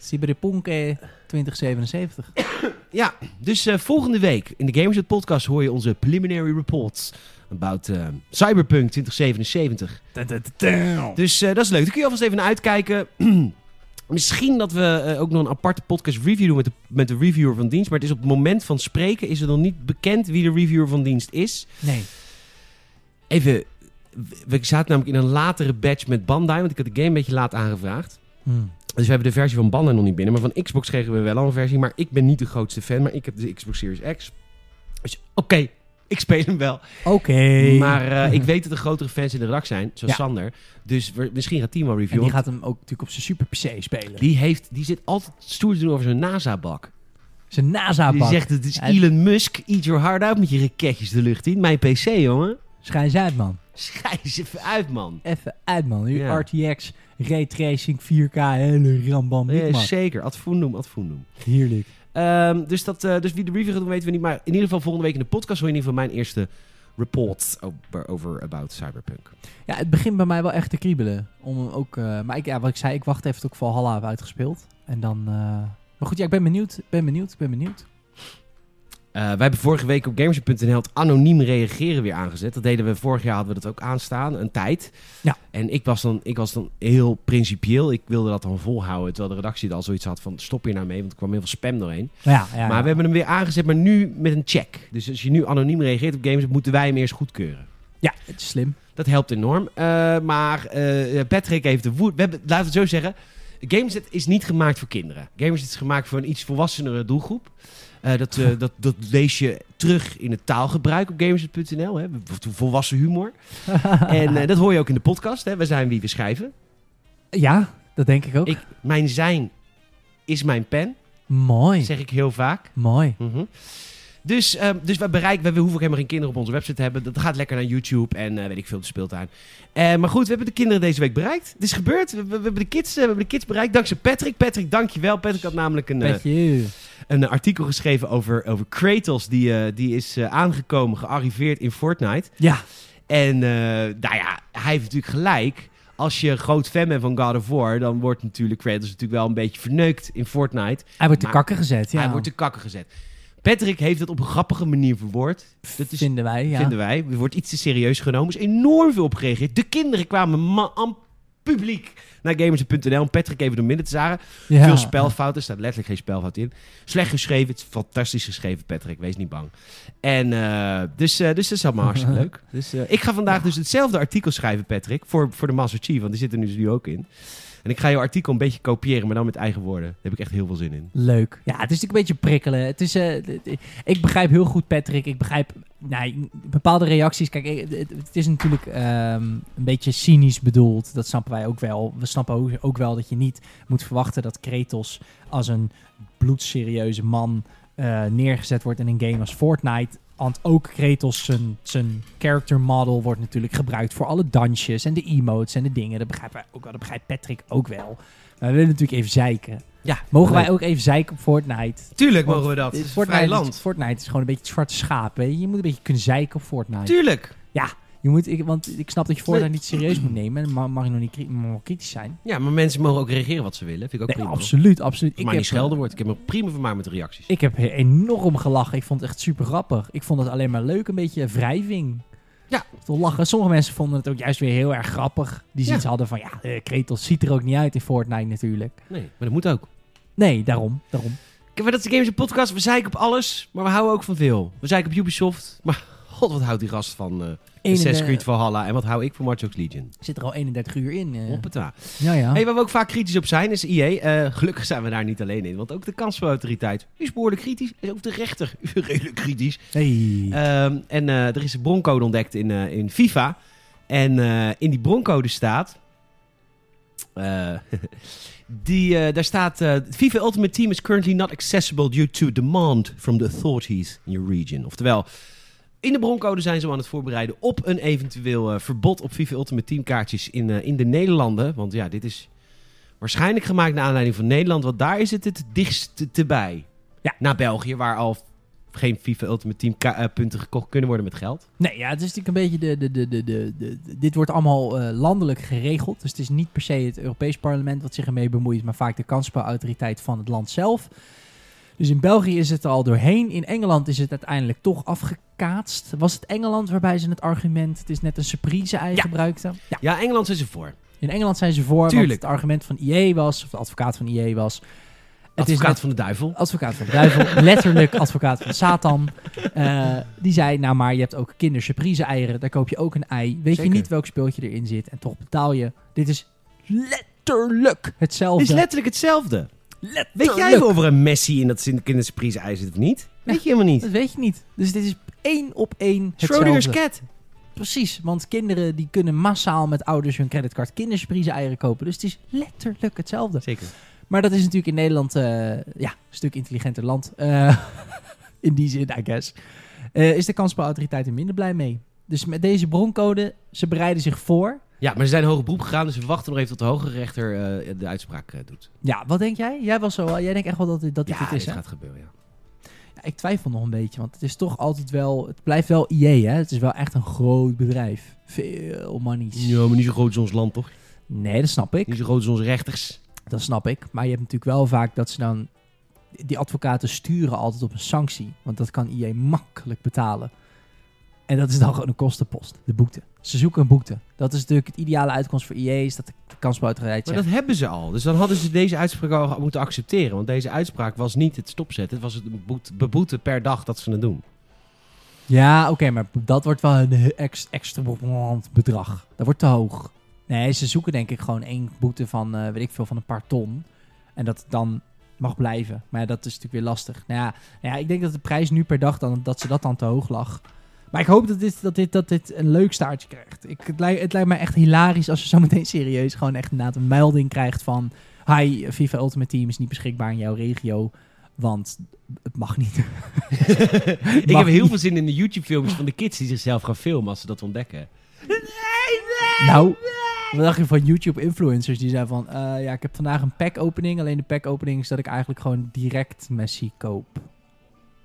S2: Cyberpunk eh, 2077.
S1: Ja, dus eh, volgende week in de Gamerset Podcast hoor je onze preliminary reports. About eh, Cyberpunk 2077. Dus eh, dat is leuk. Dan kun je alvast even naar uitkijken. Misschien dat we eh, ook nog een aparte podcast review doen met de, met de reviewer van dienst. Maar het is op het moment van spreken is het nog niet bekend wie de reviewer van dienst is.
S2: Nee.
S1: Even, we zaten namelijk in een latere batch met Bandai, want ik had de game een beetje laat aangevraagd.
S2: Hmm.
S1: Dus we hebben de versie van Bandai nog niet binnen, maar van Xbox kregen we wel al een versie. Maar ik ben niet de grootste fan, maar ik heb de Xbox Series X. Dus oké, ik speel hem wel.
S2: Oké.
S1: Maar eh, ik weet dat er grotere fans in de rak zijn, zoals
S2: Ja.
S1: Sander. Dus we- misschien gaat Timo
S2: En
S1: reviewen.
S2: die
S1: want
S2: gaat hem ook natuurlijk op zijn super PC spelen.
S1: Die, heeft, die zit altijd stoer te doen over zijn NASA-bak.
S2: Zijn
S1: Die
S2: NASA-bak.
S1: zegt, het is
S2: Ja.
S1: Elon Musk, eat your heart out met je raketjes de lucht in. Mijn PC, jongen.
S2: Schijn ze uit, man.
S1: Schijs even uit, man.
S2: Even uit, man. Nu
S1: Ja.
S2: RTX, raytracing, 4K, hele rambam.
S1: Ja,
S2: niet, man.
S1: zeker, ad fundum, ad fundum.
S2: Heerlijk.
S1: Ehm, dus, dat, eh, dus wie de review gaat doen, weten we niet. Maar in ieder geval volgende week in de podcast hoor je in ieder geval mijn eerste report over, over about cyberpunk.
S2: Ja, het begint bij mij wel echt te kriebelen. Om hem ook, eh, maar ik, ja, wat ik zei, ik wacht even tot ik Valhalla heb uitgespeeld. En dan... eh, Maar goed, ja, ik ben benieuwd. ben benieuwd. ben benieuwd.
S1: Eh, wij hebben vorige week op gamers.nl het anoniem reageren weer aangezet. Dat deden we vorig jaar, hadden we dat ook aanstaan, een tijd.
S2: Ja.
S1: En ik was, dan, ik was dan heel principieel. Ik wilde dat dan volhouden, terwijl de redactie er al zoiets had van stop hier nou mee, want er kwam heel veel spam doorheen.
S2: Ja, ja,
S1: maar we hebben hem weer aangezet, maar nu met een check. Dus als je nu anoniem reageert op games, moeten wij hem eerst goedkeuren.
S2: ja, het is slim.
S1: Dat helpt enorm. Eh, maar eh, Patrick heeft de woed. We hebben, laten we het zo zeggen. Gameset is niet gemaakt voor kinderen. Gameset is gemaakt voor een iets volwassenere doelgroep. Eh, dat, eh, dat, dat lees je terug in het taalgebruik op gameset.nl. hè. Volwassen humor. en eh, dat hoor je ook in de podcast. Hè. We zijn wie we schrijven.
S2: Ja, dat denk ik ook.
S1: Ik, mijn zijn is mijn pen.
S2: Mooi.
S1: Zeg ik heel vaak.
S2: Mooi.
S1: Mhm. Dus, ehm, dus we bereiken, we hoeven ook helemaal geen kinderen op onze website te hebben. Dat gaat lekker naar YouTube en eh, weet ik veel, de speeltuin. Eh, maar goed, we hebben de kinderen deze week bereikt. Het is gebeurd. We, we- we hebben de kids, eh, we hebben de kids bereikt dankzij Patrick. Patrick, dankjewel. Patrick had namelijk een, eh,
S2: Petje.
S1: een artikel geschreven over, over Kratos. Die, eh, die is eh, aangekomen, gearriveerd in Fortnite.
S2: Ja,
S1: En eh, nou ja, hij heeft natuurlijk gelijk. Als je groot fan bent van God of War, dan wordt natuurlijk Kratos natuurlijk wel een beetje verneukt in Fortnite.
S2: hij wordt
S1: Maar-
S2: te kakken gezet. Ja.
S1: Hij wordt de kakken gezet. Patrick heeft dat op een grappige manier verwoord. Dat is,
S2: Vinden wij, ja.
S1: vinden wij. Het wordt iets te serieus genomen. Er is enorm veel op gereageerd. De kinderen kwamen ma- am publiek naar gamers.nl. om Patrick even door midden te zagen.
S2: Ja.
S1: Veel spelfouten. Er staat letterlijk geen spelfout in. Slecht geschreven. Het is fantastisch geschreven, Patrick. Wees niet bang. En eh, dus, eh, dus dat is allemaal hartstikke leuk. Dus, eh, ik ga vandaag dus hetzelfde artikel schrijven, Patrick. Voor, voor de Master Chief. Want die zit er nu dus nu ook in. En ik ga jouw artikel een beetje kopiëren. Maar dan met eigen woorden. Daar heb ik echt heel veel zin in.
S2: Leuk. Ja, het is natuurlijk een beetje prikkelen. Het is, eh, d- d- ik begrijp heel goed Patrick. Ik begrijp nee, bepaalde reacties. Kijk, eh, het, het is natuurlijk ehm, een beetje cynisch bedoeld. Dat snappen wij ook wel. We snappen ook, ook wel dat je niet moet verwachten dat Kratos als een bloedserieuze man eh, neergezet wordt in een game als Fortnite. Want ook Kratos, zijn, zijn character model, wordt natuurlijk gebruikt voor alle dansjes en de emotes en de dingen. Dat begrijpen wij ook wel. Dat begrijpt Patrick ook wel. Maar we willen natuurlijk even zeiken.
S1: Ja,
S2: Mogen
S1: leuk.
S2: wij ook even zeiken op Fortnite?
S1: Tuurlijk
S2: Want
S1: mogen we dat. Het is een
S2: Fortnite,
S1: vrij
S2: is-
S1: land.
S2: Fortnite is gewoon een beetje het zwarte schaap. Hè? Je moet een beetje kunnen zeiken op Fortnite.
S1: Tuurlijk.
S2: Je moet, ik, want ik snap dat je Fortnite
S1: Nee.
S2: niet serieus moet nemen. En ma- mag je nog niet kri- mag wel kritisch zijn.
S1: Ja, maar mensen mogen ook reageren wat ze willen. Vind ik ook
S2: Nee,
S1: prima.
S2: absoluut, absoluut.
S1: Ik maar niet schelden wordt. Ik heb eh, een prima vermaak met de reacties.
S2: Ik heb enorm gelachen. Ik vond het echt super grappig. Ik vond het alleen maar leuk. Een beetje wrijving.
S1: Ja.
S2: Tot lachen. Sommige mensen vonden het ook juist weer heel erg grappig. Die
S1: Ja.
S2: zoiets hadden van, ja, eh, Kratos ziet er ook niet uit in Fortnite natuurlijk.
S1: Nee, maar dat moet ook.
S2: Nee, daarom. Daarom.
S1: Kijk, maar dat is de Games en Podcast. We zeiken op alles, maar we houden ook van veel. We zeiken op Ubisoft. Maar god, wat houdt die gast van eh Assassin's
S2: Ene-
S1: Creed Valhalla. En wat hou ik van Watch Dogs Legion.
S2: Zit er al 31 uur in. eh.
S1: Hoppata.
S2: Ja, ja.
S1: Hey, waar we ook vaak kritisch op zijn, is IE. Eh, gelukkig zijn we daar niet alleen in. Want ook de kansspelautoriteit is behoorlijk kritisch. En ook de rechter is redelijk kritisch.
S2: Hey.
S1: Ehm, en eh, er is een broncode ontdekt in, eh, in FIFA. En eh, in die broncode staat. eh, die, eh, daar staat. eh, FIFA Ultimate Team is currently not accessible due to demand from the authorities in your region. Oftewel. In de broncode zijn ze aan het voorbereiden op een eventueel eh, verbod op FIFA Ultimate Team kaartjes in, eh, in de Nederlanden. Want ja, dit is waarschijnlijk gemaakt naar aanleiding van Nederland. Want daar is het het dichtst te bij.
S2: Ja.
S1: Na België, waar al geen FIFA Ultimate Team ka- eh, punten gekocht kunnen worden met geld.
S2: Nee, ja, het is natuurlijk een beetje de... de, de, de, de, de- de- dit wordt allemaal eh, landelijk geregeld. Dus het is niet per se het Europees parlement wat zich ermee bemoeit... maar vaak de kansspelautoriteit van het land zelf. Dus in België is het er al doorheen. In Engeland is het uiteindelijk toch afgekaatst. Was het Engeland waarbij ze het argument... het is net een surprise ei
S1: Ja.
S2: gebruikten? Ja.
S1: Ja, Engeland is ervoor.
S2: In Engeland zijn ze voor, want
S1: Tuurlijk.
S2: het argument van IE was, of de advocaat van IE was... Het is
S1: Advocaat
S2: net-
S1: van de duivel.
S2: advocaat van de duivel, letterlijk advocaat van Satan. Eh, die zei, nou maar je hebt ook kindersurprise eieren, daar koop je ook een ei. Weet
S1: Zeker.
S2: je niet welk speeltje erin zit en toch betaal je. Dit is letterlijk hetzelfde.
S1: is letterlijk hetzelfde.
S2: letterlijk.
S1: Weet jij wel of er een Messi in dat zin- kindersurprise ei zit of niet? Weet je helemaal niet.
S2: Dat weet je niet. Dus dit is één op één
S1: Schrodinger's
S2: hetzelfde.
S1: cat.
S2: Precies, want kinderen die kunnen massaal met ouders hun creditcard kindersurprise eieren kopen. Dus het is letterlijk hetzelfde.
S1: Zeker.
S2: Maar dat is natuurlijk in Nederland eh, ja, een stuk intelligenter land. Eh, in die zin, I guess. Eh, is de kansspelautoriteit er minder blij mee. Dus met deze broncode, ze bereiden zich voor.
S1: Ja, maar ze zijn hoger beroep gegaan, dus we wachten nog even tot de hogere rechter eh, de uitspraak eh, doet.
S2: Ja, wat denk jij? Jij, was zo, jij denkt echt wel dat dit, dat dit
S1: ja,
S2: het is, hè?
S1: gaat gebeuren, ja.
S2: Ja, ik twijfel nog een beetje, want het is toch altijd wel... Het blijft wel IE, hè? Het is wel echt een groot bedrijf. Veel monies.
S1: Ja, maar niet zo groot als ons land, toch?
S2: Nee, dat snap ik.
S1: Niet zo groot als onze rechters.
S2: Dat snap ik. Maar je hebt natuurlijk wel vaak dat ze dan... Die advocaten sturen altijd op een sanctie. Want dat kan IE makkelijk betalen. En dat is dan gewoon een kostenpost. De boete. Ze zoeken een boete. Dat is natuurlijk het ideale uitkomst voor IE. Is dat de kansbouwautoriteit
S1: Maar
S2: zegt...
S1: dat hebben ze al. Dus dan hadden ze deze uitspraak al moeten accepteren. Want deze uitspraak was niet het stopzetten. Het was het boet- beboeten per dag dat ze het doen.
S2: Ja, oké, maar dat wordt wel een ex- extra bedrag. Dat wordt te hoog. Nee, ze zoeken denk ik gewoon één boete van, eh, weet ik veel, van een paar ton. En dat het dan mag blijven. Maar ja, dat is natuurlijk weer lastig. Nou ja, nou ja, ik denk dat de prijs nu per dag, dan, dat ze dat dan te hoog lag. Maar ik hoop dat dit, dat dit, dat dit een leuk staartje krijgt. Ik, het, lijkt, het lijkt mij echt hilarisch als ze zometeen serieus gewoon echt inderdaad een melding krijgt van... Hi, FIFA Ultimate Team is niet beschikbaar in jouw regio, want het mag niet.
S1: ik
S2: Mag
S1: heb heel
S2: niet.
S1: veel zin in de YouTube-filmpjes van de kids die zichzelf gaan filmen als ze dat ontdekken.
S2: Nou, wat dacht je van YouTube-influencers die zeiden van... eh, ja, ik heb vandaag een pack-opening. Alleen de pack-opening is dat ik eigenlijk gewoon direct Messi koop.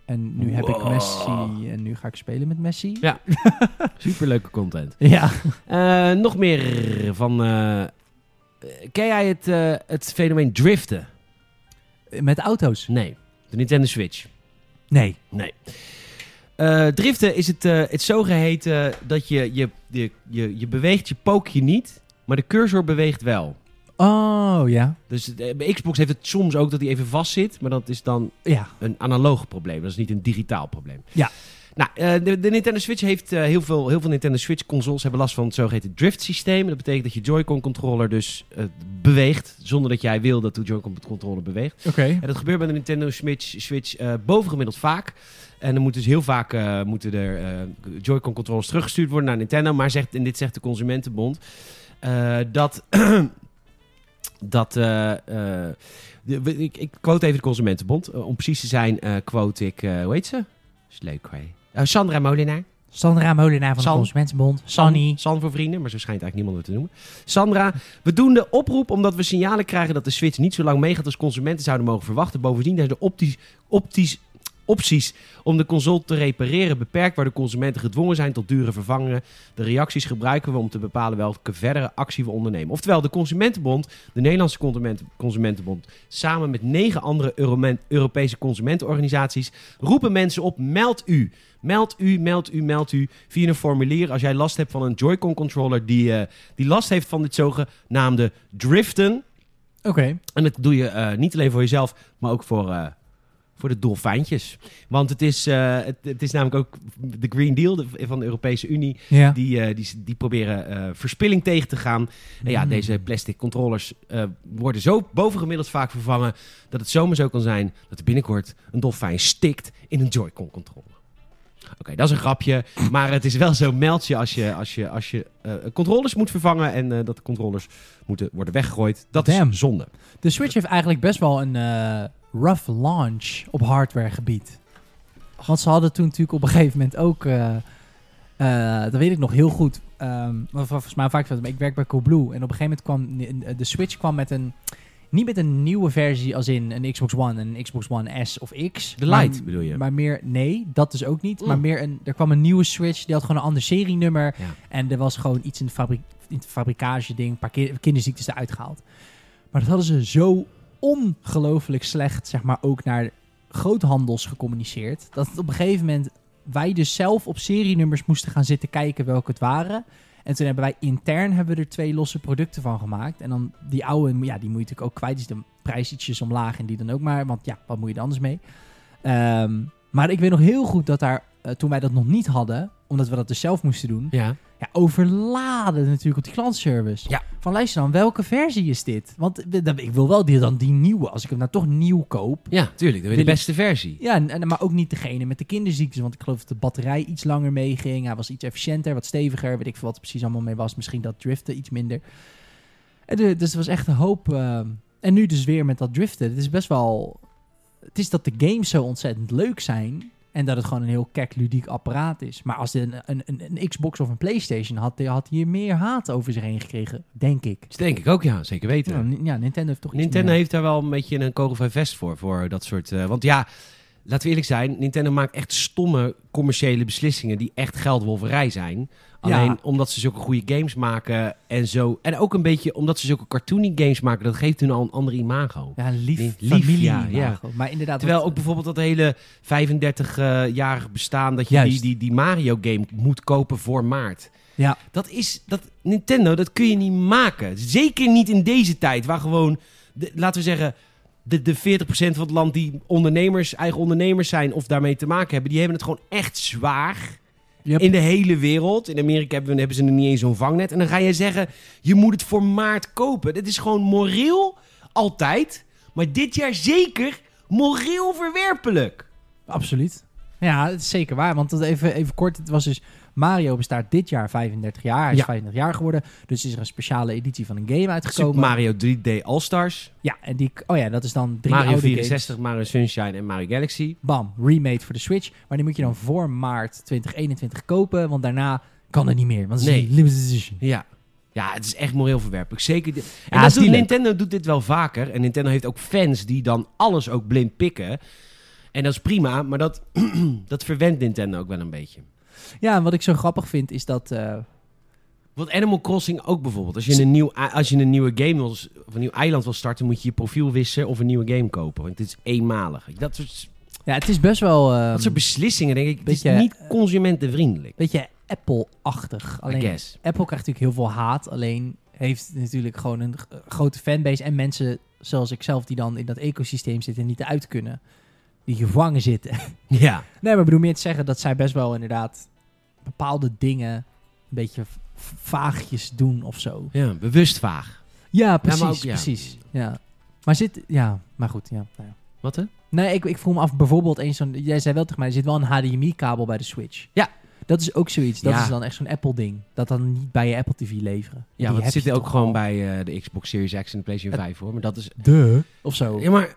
S2: En nu heb ik
S1: Wow.
S2: Messi en nu ga ik spelen met Messi.
S1: Ja. Superleuke content.
S2: Ja.
S1: Eh, nog meer van... eh, ken jij het, eh, het fenomeen driften?
S2: Met auto's?
S1: Nee. De Nintendo Switch.
S2: Nee.
S1: Eh, driften is het, eh, het zogeheten dat je je, je, je je beweegt je pookje niet, maar de cursor beweegt wel.
S2: Oh, ja.
S1: Dus eh, bij Xbox heeft het soms ook dat hij even vast zit, maar dat is dan
S2: Ja.
S1: een analoog probleem. Dat is niet een digitaal probleem.
S2: Ja.
S1: Nou, eh, de, de Nintendo Switch heeft eh, heel, veel, heel veel Nintendo Switch consoles hebben last van het zogeheten drift systeem. Dat betekent dat je Joy-Con controller dus eh, beweegt zonder dat jij wil dat de Joy-Con controller beweegt.
S2: Oké.
S1: En dat gebeurt bij de Nintendo Switch, Switch eh, bovengemiddeld vaak. En dan moet dus heel vaak eh, moeten er eh, Joy-Con controllers teruggestuurd worden naar Nintendo. Maar zegt, en dit zegt de Consumentenbond, eh, dat... dat eh, eh, de- we- ik, ik quote even de Consumentenbond. Eh, om precies te zijn, eh, quote ik, eh, hoe heet ze? Is leuk, hoor. Eh, Sandra Molenaar.
S2: Sandra Molenaar van
S1: San.
S2: de Consumentenbond. Sanny.
S1: San voor vrienden, maar zo schijnt eigenlijk niemand het te noemen. Sandra, we doen de oproep omdat we signalen krijgen dat de Switch niet zo lang meegaat als consumenten zouden mogen verwachten. Bovendien zijn de optisch, optisch, opties om de console te repareren beperkt, waar de consumenten gedwongen zijn tot dure vervangingen. De reacties gebruiken we om te bepalen welke verdere actie we ondernemen. Oftewel, de Consumentenbond, de Nederlandse Consument- Consumentenbond, samen met negen andere Euromen- Europese consumentenorganisaties, roepen mensen op: meld u. Meld u, meld u, meld u via een formulier als jij last hebt van een Joy-Con controller die, eh, die last heeft van dit zogenaamde driften.
S2: Oké.
S1: En dat doe je eh, niet alleen voor jezelf, maar ook voor, eh, voor de dolfijntjes. Want het is, eh, het, het is namelijk ook de Green Deal de- van de Europese Unie.
S2: Ja.
S1: Die, eh, die, die proberen eh, verspilling tegen te gaan. En ja,
S2: Mm.
S1: deze plastic controllers eh, worden zo bovengemiddeld vaak vervangen... dat het zomaar zo kan zijn dat er binnenkort een dolfijn stikt in een Joy-Con controller. Oké, dat is een grapje. Maar het is wel zo, meld je als je, als je, als je eh, controllers moet vervangen... en eh, dat de controllers moeten worden weggegooid. Dat
S2: Damn.
S1: is zonde.
S2: De Switch heeft eigenlijk best wel een eh, rough launch op hardwaregebied. Want ze hadden toen natuurlijk op een gegeven moment ook... eh, eh, dat weet ik nog heel goed. Ehm, wat- wat volgens mij vaak, maar ik werk bij Coolblue. En op een gegeven moment kwam... ni- De Switch kwam met een... Niet met een nieuwe versie als in een Xbox One en een Xbox One S of X.
S1: De
S2: maar-
S1: light bedoel je?
S2: Maar meer... Nee, dat dus ook niet. Maar
S1: Mm.
S2: meer een... Er kwam een nieuwe Switch. Die had gewoon een ander serienummer.
S1: Ja.
S2: En er was gewoon iets in, de fabri in het fabrikage ding, een paar ki- kinderziektes eruit gehaald. Maar dat hadden ze zo ongelooflijk slecht, zeg maar, ook naar groothandels gecommuniceerd. Dat het op een gegeven moment wij dus zelf op serienummers moesten gaan zitten kijken welke het waren. En toen hebben wij intern hebben we er twee losse producten van gemaakt. En dan die oude, ja, die moet je natuurlijk ook kwijt. Dus de prijs ietsjes omlaag en die dan ook maar. Want ja, wat moet je er anders mee? Ehm, maar ik weet nog heel goed dat daar, eh, toen wij dat nog niet hadden, omdat we dat dus zelf moesten doen,
S1: Ja.
S2: ja, overladen natuurlijk op die klantservice.
S1: Ja.
S2: Van luister dan, welke versie is dit? Want we- dat- ik wil wel die, dan die nieuwe. Als ik hem nou toch nieuw koop.
S1: Ja, tuurlijk. Dat weer de
S2: Wil ik-
S1: beste versie.
S2: Ja, en, en- maar ook niet degene met de kinderziektes. Want ik geloof dat de batterij iets langer meeging. Hij was iets efficiënter, wat steviger. Weet ik veel wat er precies allemaal mee was. Misschien dat driften iets minder. En de- dus er was echt een hoop. ehm, en nu dus weer met dat driften. Het is best wel... Het is dat de games zo ontzettend leuk zijn. En dat het gewoon een heel kek ludiek apparaat is. Maar als een, een, een, een Xbox of een Playstation had, die had hier meer haat over zich heen gekregen. Denk ik.
S1: Dat denk ik ook, ja. Zeker weten.
S2: Ja, Ni- ja, Nintendo heeft toch iets
S1: Nintendo
S2: meer-
S1: heeft daar wel een beetje een kogel van vest voor, voor dat soort... eh, want ja, laten we eerlijk zijn, Nintendo maakt echt stomme commerciële beslissingen die echt geldwolverij zijn.
S2: Ja.
S1: Alleen omdat ze zulke goede games maken en zo. En ook een beetje omdat ze zulke cartoony games maken, dat geeft hun al een andere imago.
S2: Ja, lief,
S1: Lief,
S2: familie.
S1: ja,
S2: imago. Maar inderdaad...
S1: Terwijl
S2: wat-
S1: ook bijvoorbeeld dat hele 35-jarig bestaan, dat je
S2: Juist.
S1: die, die, die Mario-game moet kopen voor maart.
S2: Ja.
S1: Dat is, dat, Nintendo, dat kun je niet maken. Zeker niet in deze tijd, waar gewoon, de- laten we zeggen, de, de 40% van het land die ondernemers, eigen ondernemers zijn of daarmee te maken hebben, die hebben het gewoon echt zwaar.
S2: Yep.
S1: In de hele wereld. In Amerika hebben, we- hebben ze er niet eens zo'n vangnet. En dan ga jij zeggen, je moet het voor maart kopen. Dit is gewoon moreel altijd, maar dit jaar zeker moreel verwerpelijk.
S2: Absoluut. Ja, dat is zeker waar. Want dat even, even kort, het was dus... Mario bestaat dit jaar 35 jaar. Hij is
S1: Ja.
S2: 35 jaar geworden. Dus is er een speciale editie van een game
S1: Super
S2: uitgekomen.
S1: Mario 3D All-Stars,
S2: Ja, en die... Oh ja, dat is dan drie
S1: Mario
S2: oude
S1: 64,
S2: games.
S1: Mario Sunshine en Mario Galaxy.
S2: Bam, remade voor de Switch. Maar die moet je dan voor maart 2021 kopen. Want daarna kan het niet meer. Want het is
S1: Nee.
S2: een limited edition.
S1: Ja. Ja, het is echt moreel verwerpelijk. Zeker. dit- En
S2: Ja,
S1: dat
S2: is niet
S1: doet,
S2: leuk.
S1: Nintendo doet dit wel vaker. En Nintendo heeft ook fans die dan alles ook blind pikken. En dat is prima, maar dat, dat verwendt Nintendo ook wel een beetje.
S2: Ja, en wat ik zo grappig vind is dat... eh,
S1: Want Animal Crossing ook bijvoorbeeld. Als je een, nieuw, als je een nieuwe game wil, s- of een nieuw eiland wil starten, moet je je profiel wissen of een nieuwe game kopen. Want dit is eenmalig. Dat soort,
S2: ja, het is best wel... ehm,
S1: dat soort beslissingen, denk ik, het is
S2: beetje,
S1: niet
S2: eh,
S1: consumentenvriendelijk.
S2: beetje Apple-achtig.
S1: I
S2: Alleen
S1: guess.
S2: Apple krijgt natuurlijk heel veel haat. Alleen heeft natuurlijk gewoon een g- grote fanbase. En mensen zoals ikzelf die dan in dat ecosysteem zitten en niet eruit kunnen. Die gevangen zitten.
S1: Ja.
S2: nee, maar ik bedoel meer te zeggen dat zij best wel inderdaad bepaalde dingen een beetje v- vaagjes doen of zo.
S1: ja, bewust vaag.
S2: Ja, precies.
S1: ook, ja.
S2: precies. Ja. Maar zit... Ja, maar goed. Ja, nou ja.
S1: Wat hè?
S2: Nee, ik, ik vroeg me af bijvoorbeeld eens zo'n... Jij zei wel tegen mij, er zit wel een HDMI-kabel bij de Switch.
S1: Ja.
S2: Dat is ook zoiets. Dat
S1: Ja.
S2: is dan echt zo'n Apple-ding. Dat dan niet bij je Apple TV leveren.
S1: Ja,
S2: Die
S1: want
S2: heb
S1: het zit
S2: je
S1: ook
S2: toch
S1: gewoon
S2: al.
S1: bij eh, de Xbox Series X en de PlayStation 5 hoor. Maar dat is.
S2: De. Of zo.
S1: Ja, maar,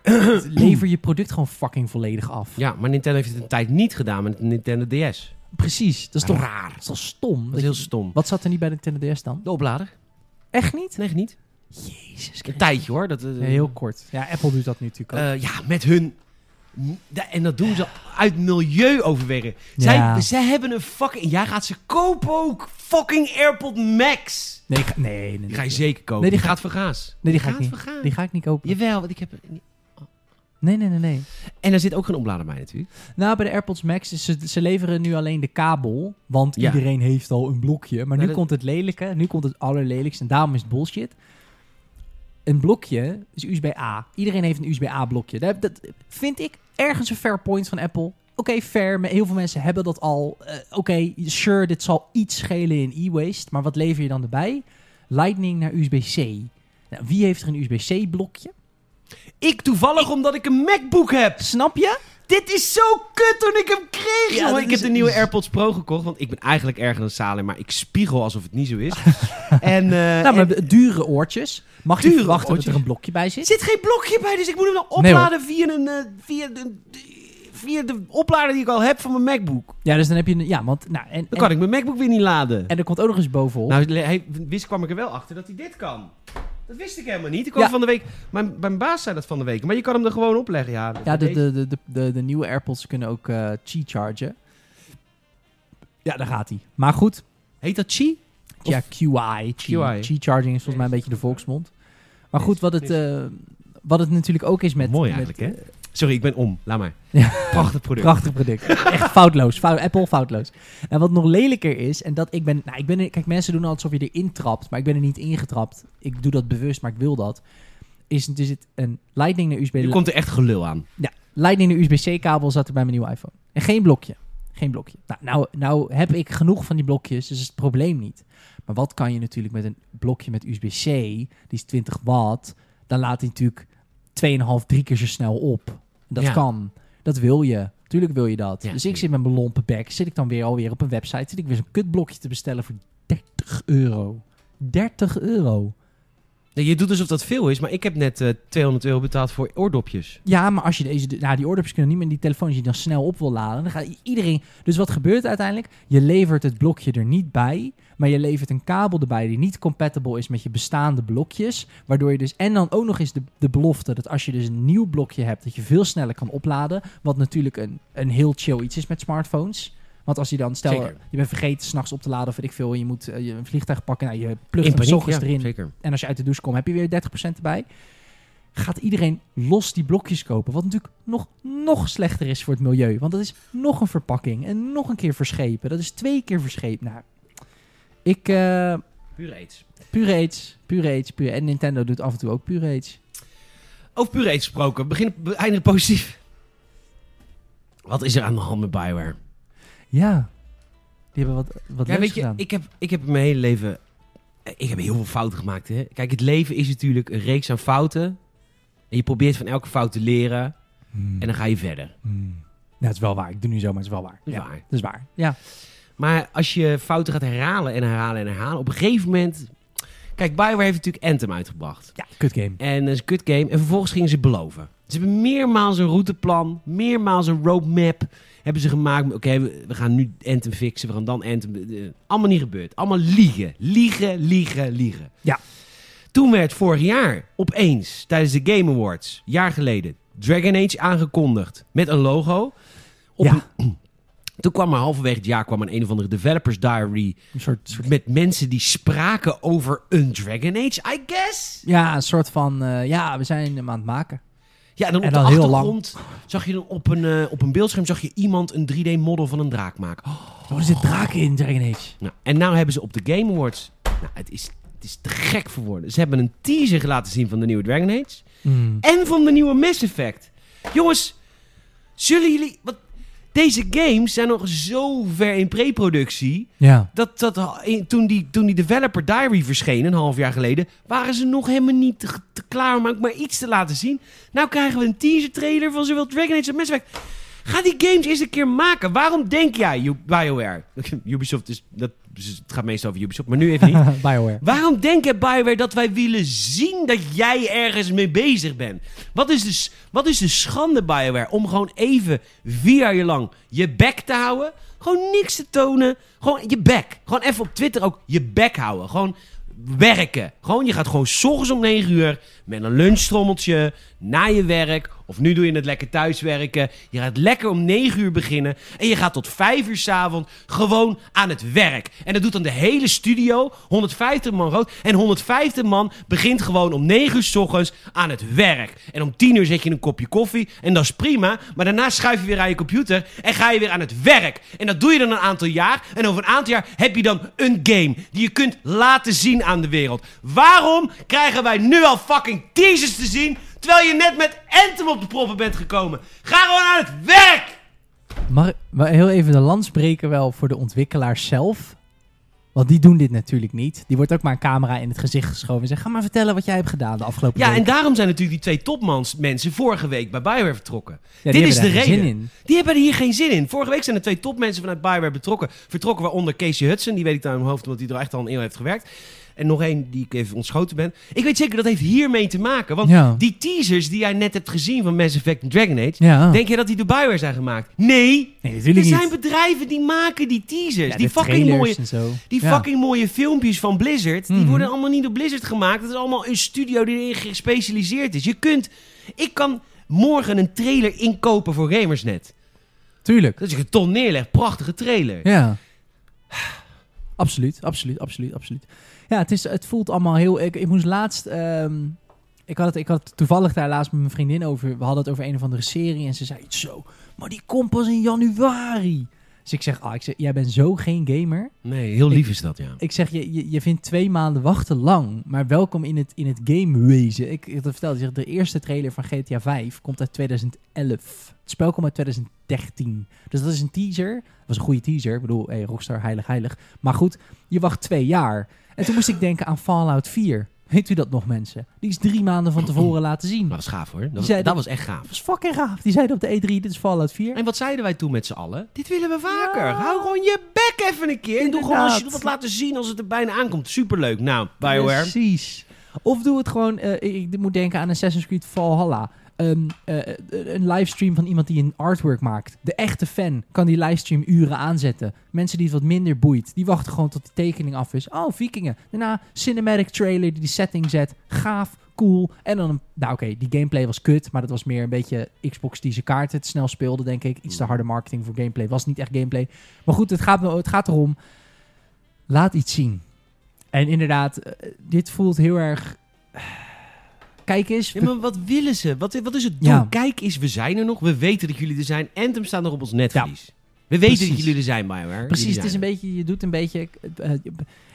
S2: Lever je product gewoon fucking volledig af.
S1: ja, maar Nintendo heeft het een tijd niet gedaan met de Nintendo DS.
S2: Precies. Dat is toch,
S1: raar.
S2: dat is toch stom?
S1: Dat
S2: Dat
S1: is heel
S2: je-
S1: stom.
S2: Wat zat er niet bij de Nintendo DS dan?
S1: De oplader?
S2: Echt niet?
S1: Nee, echt niet.
S2: Jezus
S1: Een tijdje hoor. Dat, eh,
S2: Ja, heel kort. Ja, Apple doet dat nu natuurlijk ook.
S1: Eh, ja, met hun. Da- En dat doen ze uit milieuoverwegen. Zij,
S2: Ja.
S1: zij hebben een fucking. Jij gaat ze kopen ook. Fucking AirPod Max.
S2: nee, ik ga- nee, nee, nee.
S1: Die ga je zeker kopen.
S2: Nee, die
S1: die,
S2: ga-
S1: gaat vergaas.
S2: Nee, die ga ik
S1: gaat
S2: niet.
S1: vergaan.
S2: Die ga ik niet kopen.
S1: Jawel, want ik heb.
S2: Nee, nee, nee, nee.
S1: En daar zit ook geen oplader bij natuurlijk.
S2: Nou, bij de AirPods Max, is ze, ze leveren nu alleen de kabel. Want
S1: Ja.
S2: iedereen heeft al een blokje. Maar
S1: Nou,
S2: nu
S1: dat-
S2: komt het lelijke. Nu komt het allerlelijkste. En daarom is het bullshit. Een blokje is USB-A. Iedereen heeft een USB-A-blokje. Dat, dat vind ik ergens een fair point van Apple. Oké, fair. maar Heel veel mensen hebben dat al. Eh, Oké, sure, dit zal iets schelen in e-waste. Maar wat lever je dan erbij? Lightning naar USB-C. Nou, wie heeft er een USB-C-blokje?
S1: Ik toevallig omdat ik een MacBook heb.
S2: Snap je?
S1: Dit is zo kut toen ik hem kreeg.
S2: Ja,
S1: jongen.
S2: dat
S1: ik
S2: is-
S1: heb de nieuwe AirPods Pro gekocht. Want ik ben eigenlijk erger dan Salem. Maar ik spiegel alsof het niet zo is. en, eh,
S2: Nou,
S1: en-
S2: maar dure oortjes. Mag je
S1: Dure
S2: verwachten
S1: oortjes.
S2: dat er een blokje bij zit?
S1: Er zit geen blokje bij, dus ik moet hem dan
S2: Nee, hoor.
S1: opladen via, een, eh, via, de, via de oplader die ik al heb van mijn MacBook. Dan
S2: Ja, dus dan heb je... een- Ja, want... Nou, en, en,
S1: kan ik mijn MacBook weer niet laden.
S2: en er komt ook nog eens bovenop.
S1: Nou, le- hij, wist kwam ik er wel achter dat hij dit kan. Dat wist ik helemaal niet. Ik kwam
S2: Ja.
S1: van de week... Mijn, mijn baas zei dat van de week. Maar je kan hem er gewoon opleggen, ja.
S2: ja, de,
S1: deze-
S2: de, de, de, de, de nieuwe AirPods kunnen ook eh Qi-chargen. Ja, daar gaat hij. Maar goed.
S1: Heet dat Chi?
S2: Ja, QI.
S1: QI.
S2: Qi-charging is volgens mij een beetje de volksmond. Maar goed, wat het, eh, wat het natuurlijk ook is met...
S1: Mooi
S2: met,
S1: eigenlijk, hè?
S2: eh,
S1: Sorry, ik ben om. Laat maar.
S2: Ja.
S1: Prachtig product.
S2: Prachtig product. Echt foutloos. Fout, Apple foutloos. En wat nog lelijker is, en dat ik ben... Nou, ik ben er- kijk, mensen doen altijd alsof je erin trapt, maar ik ben er niet ingetrapt. Ik doe dat bewust, maar ik wil dat. Is, er zit een Lightning naar USB...
S1: Nu komt er echt gelul aan.
S2: Lightning naar USB-C-kabel zat er bij mijn nieuwe iPhone. En geen blokje. Geen blokje. Nou, nou, nou heb ik genoeg van die blokjes, dus is het probleem niet. Maar wat kan je natuurlijk met een blokje met USB-C, die is 20 watt, dan laat hij natuurlijk 2,5, 3 keer zo snel op. Dat
S1: Ja.
S2: kan. Dat wil je. Tuurlijk wil je dat.
S1: Ja,
S2: dus ik
S1: tuurlijk.
S2: zit met mijn lompe bek, zit ik dan weer alweer op een website, zit ik weer zo'n kutblokje te bestellen voor 30 euro. 30 euro.
S1: Nee, Je doet alsof dat veel is, maar ik heb net eh, 200 euro betaald voor oordopjes.
S2: Ja, maar als je deze, nou, die oordopjes kunnen niet meer in die telefoon, als je die dan snel op wil laden, dan gaat iedereen. Dus wat gebeurt uiteindelijk? Je levert het blokje er niet bij, maar je levert een kabel erbij die niet compatible is met je bestaande blokjes, waardoor je dus en dan ook nog eens de, de belofte dat als je dus een nieuw blokje hebt, dat je veel sneller kan opladen, wat natuurlijk een, een heel chill iets is met smartphones. Want als je dan, stel,
S1: Zeker.
S2: je bent vergeten s'nachts op te laden of weet ik veel, en je moet eh, je een vliegtuig pakken, nou, je plukt
S1: In
S2: hem
S1: paniek,
S2: s'ochtends
S1: ja,
S2: erin,
S1: zeker.
S2: en als je uit de douche komt, heb je weer 30% erbij. Gaat iedereen los die blokjes kopen? Wat natuurlijk nog, nog slechter is voor het milieu. Want dat is nog een verpakking. En nog een keer verschepen. Dat is twee keer verschepen. Nou, ik... eh
S1: Puur aids.
S2: pure aids. Pure aids. Pure... En Nintendo doet af en toe ook pure aids.
S1: Over puur aids gesproken, begin be- eindigen positief. Wat is er aan de hand met Bioware?
S2: Ja. Die hebben wat, wat
S1: Ja,
S2: leuks
S1: weet je,
S2: gedaan.
S1: ik heb, ik heb in mijn hele leven... eh, Ik heb heel veel fouten gemaakt. Hè? Kijk, het leven is natuurlijk een reeks aan fouten. En je probeert van elke fout te leren.
S2: Hmm.
S1: En dan ga je verder.
S2: Hmm. Nou, het is wel waar. Ik doe nu zo, maar het is wel waar.
S1: Dat is
S2: ja,
S1: waar.
S2: Dat is waar. Ja.
S1: Maar als je fouten gaat herhalen en herhalen en herhalen... Op een gegeven moment... Kijk, Bioware heeft natuurlijk Anthem uitgebracht.
S2: Ja, kut game.
S1: En dat is een kut game. En vervolgens gingen ze het beloven. Ze hebben meermaals een routeplan, meermaals een roadmap hebben ze gemaakt. Oké, we, we gaan nu Anthem fixen, we gaan dan Anthem... eh, allemaal niet gebeurd. Allemaal liegen. Liegen, liegen, liegen.
S2: Ja.
S1: Toen werd vorig jaar opeens, tijdens de Game Awards, jaar geleden, Dragon Age aangekondigd met een logo. Op
S2: Ja.
S1: een- toen kwam er halverwege het jaar kwam een, een of andere developers diary
S2: Een soort, soort
S1: met mensen die spraken over een Dragon Age, I guess.
S2: Ja, een soort van, eh, ja, we zijn hem aan het maken.
S1: Ja, en dan op
S2: En
S1: de
S2: dan heel
S1: achtergrond zag je dan op een, eh, op een beeldscherm zag je iemand een 3D-model van een draak maken. Oh,
S2: Oh, er zit draken in Dragon Age.
S1: nou, en nou hebben ze op de Game Awards... Nou, het is, het is te gek voor woorden. Ze hebben een teaser laten zien van de nieuwe Dragon Age.
S2: Hmm.
S1: En van de nieuwe Mass Effect. Jongens, zullen jullie... Wat, deze games zijn nog zo ver in pre-productie...
S2: Ja.
S1: Dat, dat, ha- in- toen, die, toen die Developer Diary verscheen, een half jaar geleden... waren ze nog helemaal niet te, te klaar om ook maar iets te laten zien. Nou krijgen we een teaser trailer van zowel Dragon Age als Mass Effect. Ga die games eens een keer maken. Waarom denk jij, U- BioWare... Ubisoft is... Dat, het gaat meestal over Ubisoft, maar nu even niet.
S2: Bioware.
S1: Waarom denk jij, BioWare, dat wij willen zien dat jij ergens mee bezig bent? Wat is, de, s- wat is de schande, BioWare, om gewoon even vier jaar lang je bek te houden? Gewoon niks te tonen. Gewoon je bek. Gewoon even op Twitter ook je bek houden. Gewoon werken. Gewoon, je gaat gewoon 's ochtends om 9 uur met een lunchtrommeltje na je werk. Of nu doe je het lekker thuiswerken. Je gaat lekker om 9 uur beginnen. En je gaat tot 5 uur s'avond gewoon aan het werk. En dat doet dan de hele studio. 150 man rood. En 150 man begint gewoon om 9 uur s ochtends aan het werk. En om 10 uur zet je een kopje koffie. En dat is prima. Maar daarna schuif je weer aan je computer. En ga je weer aan het werk. En dat doe je dan een aantal jaar. En over een aantal jaar heb je dan een game. Die je kunt laten zien aan de wereld. Waarom krijgen wij nu al fucking teasers te zien? Terwijl je net met Anthem op de proppen bent gekomen. Ga gewoon aan het werk!
S2: Mag ik maar heel even de lans breken wel voor de ontwikkelaars zelf? Want die doen dit natuurlijk niet. Die wordt ook maar een camera in het gezicht geschoven en zegt... ga maar vertellen wat jij hebt gedaan de afgelopen
S1: Ja,
S2: week."
S1: en daarom zijn natuurlijk die twee topmans mensen vorige week bij Bioware vertrokken.
S2: Ja, die
S1: Dit is de
S2: hebben daar geen
S1: reden.
S2: Zin in.
S1: Die hebben er hier geen zin in. Vorige week zijn er twee topmensen vanuit Bioware betrokken. Vertrokken waaronder Casey Hudson. Die weet ik daar in mijn hoofd, omdat hij er echt al een eeuw heeft gewerkt. En nog één die ik even ontschoten ben. Ik weet zeker, dat heeft hiermee te maken. Want
S2: Ja.
S1: die teasers die jij net hebt gezien van Mass Effect en Dragon Age...
S2: Ja.
S1: Denk je dat die door Bioware zijn gemaakt? Nee!
S2: nee,
S1: Er
S2: natuurlijk niet.
S1: zijn bedrijven die maken die teasers.
S2: Ja,
S1: die
S2: de
S1: fucking
S2: trailers
S1: mooie...
S2: en zo.
S1: Die
S2: Ja.
S1: fucking mooie filmpjes van Blizzard, die
S2: Mhm.
S1: worden allemaal niet door Blizzard gemaakt. Dat is allemaal een studio die erin gespecialiseerd is. Je kunt, ik kan morgen een trailer inkopen voor Gamersnet.
S2: Tuurlijk.
S1: Dat is een ton neerleg, prachtige trailer.
S2: Ja. Absoluut, absoluut, absoluut, absoluut. Ja, het, is, het voelt allemaal heel... Ik, ik moest laatst... ehm, Ik had, het, ik had het toevallig daar laatst met mijn vriendin over. We hadden het over een of andere serie. En ze zei iets zo. Maar die komt pas in januari. Dus ik zeg, ah, ik zeg, jij bent zo geen gamer.
S1: Nee, heel lief is dat, ja.
S2: Ik zeg, je, je, je vindt twee maanden wachten lang. Maar welkom in het, in het gamewezen. Ik, ik had het verteld, ik zeg, de eerste trailer van GTA 5 komt uit 2011. Het spel komt uit 2013. Dus dat is een teaser. Dat was een goede teaser. Ik bedoel, hey, Rockstar, heilig, heilig. Maar goed, je wacht twee jaar. En toen moest ik denken aan Fallout 4. Weet u dat nog, mensen? Die is drie maanden van tevoren laten zien.
S1: Maar
S2: Dat
S1: dat is gaaf hoor. Dat,
S2: zei
S1: dat
S2: dat-
S1: was echt gaaf.
S2: is fucking gaaf. Die zeiden op de E3, dit is Fallout 4.
S1: En wat zeiden wij toen met z'n allen? Dit willen we vaker.
S2: Ja.
S1: Hou gewoon je bek even een keer. En doe gewoon als je
S2: Inderdaad.
S1: wat laten zien als het er bijna aankomt. Superleuk. Nou, Bioware.
S2: Precies. Of doe het gewoon, eh, ik, ik moet denken aan Assassin's Creed Valhalla. Ehm, eh, eh, een livestream van iemand die een artwork maakt. De echte fan kan die livestream uren aanzetten. Mensen die het wat minder boeit, die wachten gewoon tot de tekening af is. Oh, vikingen. Daarna cinematic trailer die die setting zet. Gaaf, cool. En dan, een- nou oké, die gameplay was kut, maar dat was meer een beetje Xbox die zijn kaarten te snel speelde, denk ik. Iets te harde marketing voor gameplay. Was niet echt gameplay. Maar goed, het gaat, me- het gaat erom. Laat iets zien. En inderdaad, eh, dit voelt heel erg. eh, Kijk eens.
S1: Ja,
S2: we-
S1: maar wat willen ze? Wat, wat is het doel?
S2: Ja.
S1: Kijk eens, we zijn er nog. We weten dat jullie er zijn. Anthem staat nog op ons netvlies. We weten dat
S2: Precies.
S1: jullie er zijn, Bioware.
S2: Precies, het is een beetje, je doet een beetje. eh, eh,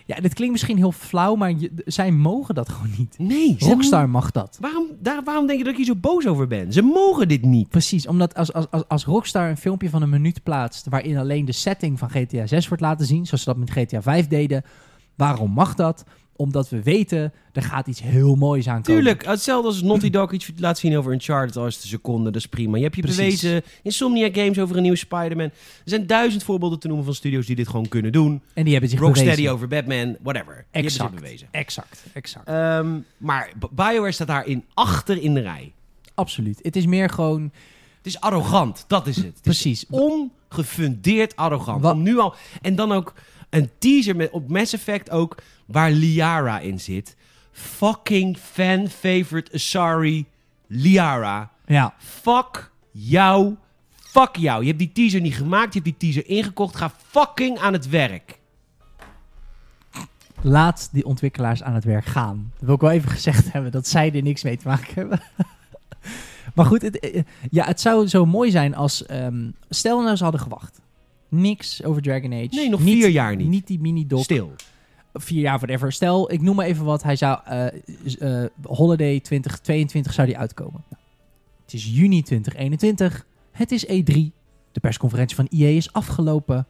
S2: ja, dit klinkt misschien heel flauw, maar je- zij mogen dat gewoon niet.
S1: beetje... Nee. ze-
S2: Rockstar mag dat.
S1: Waarom, daar, waarom denk je dat ik hier zo boos over ben? Ze mogen dit niet.
S2: Precies, omdat als, als, als, als Rockstar een filmpje van een minuut plaatst waarin alleen de setting van GTA 6 wordt laten zien, zoals ze dat met GTA 5 deden, waarom mag dat? Omdat we weten, er gaat iets heel moois aan komen.
S1: Tuurlijk, hetzelfde als Naughty Dog iets laat zien over Uncharted als de seconde, dat is prima. Je hebt je
S2: Precies.
S1: bewezen, Insomnia Games over een nieuwe Spider-Man. Er zijn duizend voorbeelden te noemen van studios die dit gewoon kunnen doen.
S2: En die hebben zich
S1: Rocksteady
S2: bewezen.
S1: over Batman, whatever. Die hebben zich
S2: Exact.
S1: bewezen.
S2: Exact, exact.
S1: Ehm, maar B- BioWare staat daarin achter in de rij.
S2: Absoluut. Het is meer gewoon
S1: Het is arrogant, dat is het. het is
S2: Precies.
S1: ongefundeerd arrogant.
S2: Wat-
S1: Om nu al, en dan ook een teaser met, op Mass Effect ook, waar Liara in zit. Fucking fan-favorite, sorry, Liara.
S2: Ja,
S1: Fuck jou. Fuck jou. Je hebt die teaser niet gemaakt. Je hebt die teaser ingekocht. Ga fucking aan het werk.
S2: laat die ontwikkelaars aan het werk gaan. Dat wil ik wel even gezegd hebben, dat zij er niks mee te maken hebben. maar goed, het, eh, ja, het zou zo mooi zijn als... ehm, stel nou ze hadden gewacht. Niks over Dragon Age.
S1: Nee, nog vier jaar niet.
S2: Niet die mini-doc.
S1: Stil.
S2: Vier jaar, whatever. Stel, ik noem maar even wat. Hij zou... eh, z- eh, holiday 2022 zou die uitkomen. Nou, het is juni 2021. Het is E3. De persconferentie van EA is afgelopen.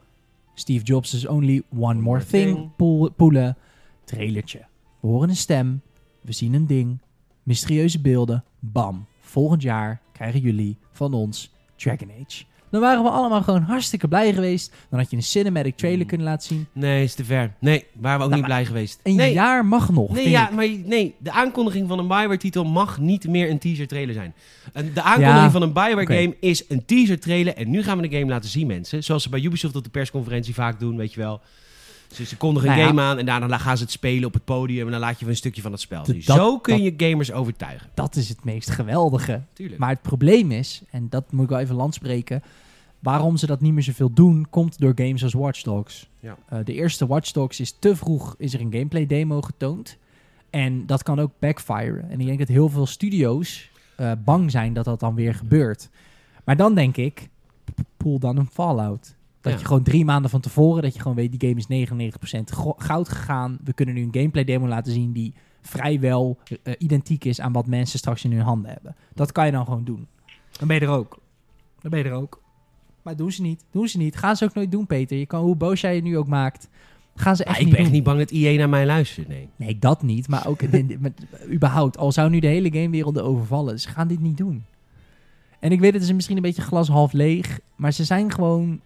S2: Steve Jobs is only one more thing.
S1: thing.
S2: Poel- poelen. Trailertje. We horen een stem. We zien een ding. Mysterieuze beelden. Bam. Volgend jaar krijgen jullie van ons Dragon Age. Dan waren we allemaal gewoon hartstikke blij geweest. Dan had je een cinematic trailer
S1: Mm.
S2: kunnen laten zien.
S1: Nee, is te ver. Nee, waren we ook
S2: Nou,
S1: niet blij geweest.
S2: Een
S1: nee,
S2: jaar mag nog.
S1: nee,
S2: vind
S1: ja,
S2: ik.
S1: maar nee, de aankondiging van een Bioware-titel mag niet meer een teaser-trailer zijn. En De aankondiging
S2: Ja,
S1: van een
S2: oké.
S1: Bioware-game is een teaser-trailer. En nu gaan we de game laten zien, mensen. Zoals ze bij Ubisoft op de persconferentie vaak doen, weet je wel. Ze, ze kondigen een
S2: Nou ja.
S1: game aan en daarna gaan ze het spelen op het podium. En dan laat je een stukje van het spel zien.
S2: dat-
S1: Zo kun
S2: dat-
S1: je gamers overtuigen.
S2: Dat is het meest geweldige.
S1: Tuurlijk.
S2: Maar het probleem is, en dat moet ik wel even land spreken. Waarom ze dat niet meer zoveel doen, komt door games als Watch Dogs.
S1: Ja.
S2: Eh, de eerste Watch Dogs is te vroeg, is er een gameplay demo getoond. En dat kan ook backfiren. En ik denk dat heel veel studio's eh, bang zijn dat dat dan weer gebeurt. Maar dan denk ik, pool dan een Fallout. Dat
S1: Ja.
S2: je gewoon drie maanden van tevoren, dat je gewoon weet, die game is 99% go- goud gegaan. We kunnen nu een gameplay demo laten zien die vrijwel eh, identiek is aan wat mensen straks in hun handen hebben. Dat kan je dan gewoon doen. Dan ben je er ook. Dan ben je er ook. Maar doen ze niet. Doen ze niet. Gaan ze ook nooit doen, Peter. Je kan, hoe boos jij je nu ook maakt, gaan ze
S1: Ja,
S2: Ah,
S1: Ah,
S2: echt
S1: ik
S2: niet
S1: ben
S2: doen.
S1: echt niet bang dat IE naar mij luistert, nee.
S2: Nee, dat niet. Maar ook dit- dit- met- überhaupt. Al zou nu de hele gamewereld er overvallen. Ze gaan dit niet doen. En ik weet, het is misschien een beetje glas half leeg. Maar ze zijn gewoon...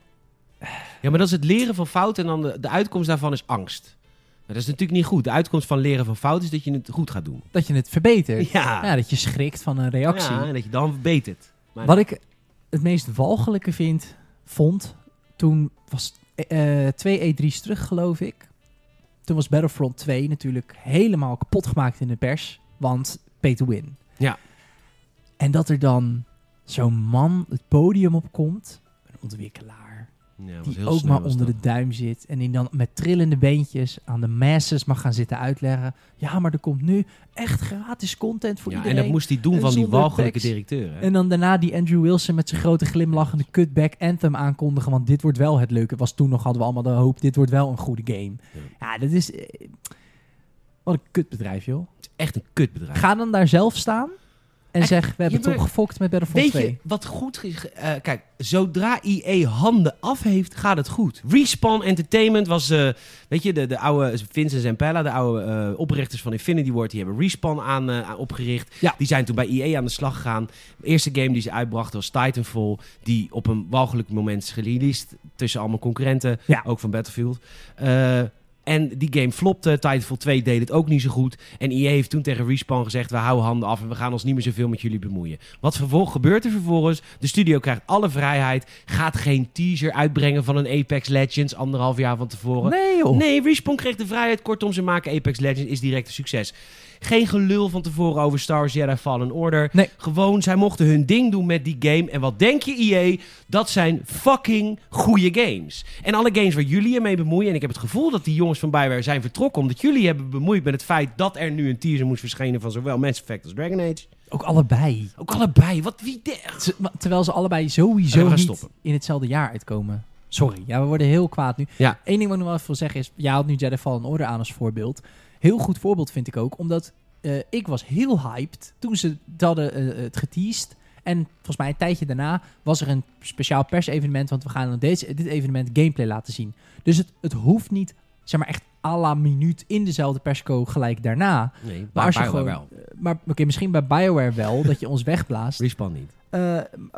S1: Ja, maar dat is het leren van fouten en dan de, de uitkomst daarvan is angst. Nou, dat is natuurlijk niet goed. De uitkomst van leren van fouten is dat je het goed gaat doen.
S2: Dat je het verbetert.
S1: Ja,
S2: Ja, dat je schrikt van een reactie.
S1: Ja, en dat je dan verbetert. Maar
S2: Wat ik het meest walgelijke vind, vond... Toen was eh, eh, twee E3's terug, geloof ik. Toen was Battlefront 2 natuurlijk helemaal kapot gemaakt in de pers. Want pay to win.
S1: Ja.
S2: En dat er dan zo'n man het podium opkomt. Een ontwikkelaar.
S1: Ja, was
S2: die
S1: heel
S2: ook
S1: snel
S2: maar
S1: was
S2: onder
S1: dat.
S2: de duim zit. En die dan met trillende beentjes aan de masses mag gaan zitten uitleggen. Ja, maar er komt nu echt gratis content voor
S1: ja,
S2: iedereen.
S1: En dat moest hij doen
S2: En
S1: van die
S2: zonder
S1: walgelijke
S2: tekst.
S1: directeur. Hè?
S2: En dan daarna die Andrew Wilson met zijn grote glimlachende cutback anthem aankondigen. Want dit wordt wel het leuke. Het Was toen nog, hadden we allemaal de hoop, dit wordt wel een goede game.
S1: Ja.
S2: Ja, dat is... eh, Wat een kutbedrijf, joh.
S1: Echt een kutbedrijf.
S2: Ga dan daar zelf staan en
S1: Eh,
S2: zeg, we hebben
S1: ja, maar-
S2: toch gefokt met Battlefront
S1: Weet
S2: 2.
S1: je wat goed is? Eh, kijk, zodra IE handen af heeft, gaat het goed. Respawn Entertainment was, eh, weet je, de, de oude Vincent Zampella, de oude eh, oprichters van Infinity Ward, die hebben Respawn aan, eh, aan- opgericht.
S2: Ja.
S1: Die zijn toen bij IE aan de slag gegaan. De eerste game die ze uitbrachten was Titanfall, die op een walgelijk moment is gereleased tussen allemaal concurrenten,
S2: Ja.
S1: ook van Battlefield. Eh, en die game flopte. Titanfall 2 deed het ook niet zo goed. En EA heeft toen tegen Respawn gezegd... we houden handen af en we gaan ons niet meer zoveel met jullie bemoeien. Wat vervolg, gebeurt er vervolgens? De studio krijgt alle vrijheid. Gaat geen teaser uitbrengen van een Apex Legends... anderhalf jaar van tevoren. Oh.
S2: Nee, joh.
S1: Nee, Respawn kreeg de vrijheid. Kortom, ze maken Apex Legends, is direct een succes. Geen gelul van tevoren over Star Wars Jedi Fallen Order.
S2: Nee.
S1: Gewoon, zij mochten hun ding doen met die game. En wat denk je, EA? Dat zijn fucking goede games. En alle games waar jullie je mee bemoeien... en ik heb het gevoel dat die jongens van Bioware zijn vertrokken... omdat jullie hebben bemoeid met het feit dat er nu een teaser moest verschijnen... van zowel Mass Effect als Dragon Age.
S2: Ook allebei.
S1: Ook allebei, wat wie... de-
S2: Ze- maar- Terwijl ze allebei
S1: Ja, we
S2: sowieso
S1: gaan
S2: niet
S1: stoppen.
S2: in hetzelfde jaar uitkomen. Sorry, ja, we worden heel kwaad nu.
S1: Ja.
S2: Eén ding wat ik nog wel even wil zeggen is... Jij haalt nu Jedi Fallen Order aan als voorbeeld. Heel goed voorbeeld vind ik ook. Omdat eh, ik was heel hyped toen ze het hadden eh, het geteased. En volgens mij een tijdje daarna was er een speciaal persevenement. Want we gaan aan deze, dit evenement gameplay laten zien. Dus het, het hoeft niet, zeg maar echt à la minuut in dezelfde persco gelijk daarna.
S1: Nee,
S2: Maar
S1: maar
S2: als je
S1: Bioware
S2: gewoon-
S1: wel.
S2: Maar oké, misschien bij Bioware wel, dat je ons wegblaast.
S1: Respawn niet.
S2: Eh,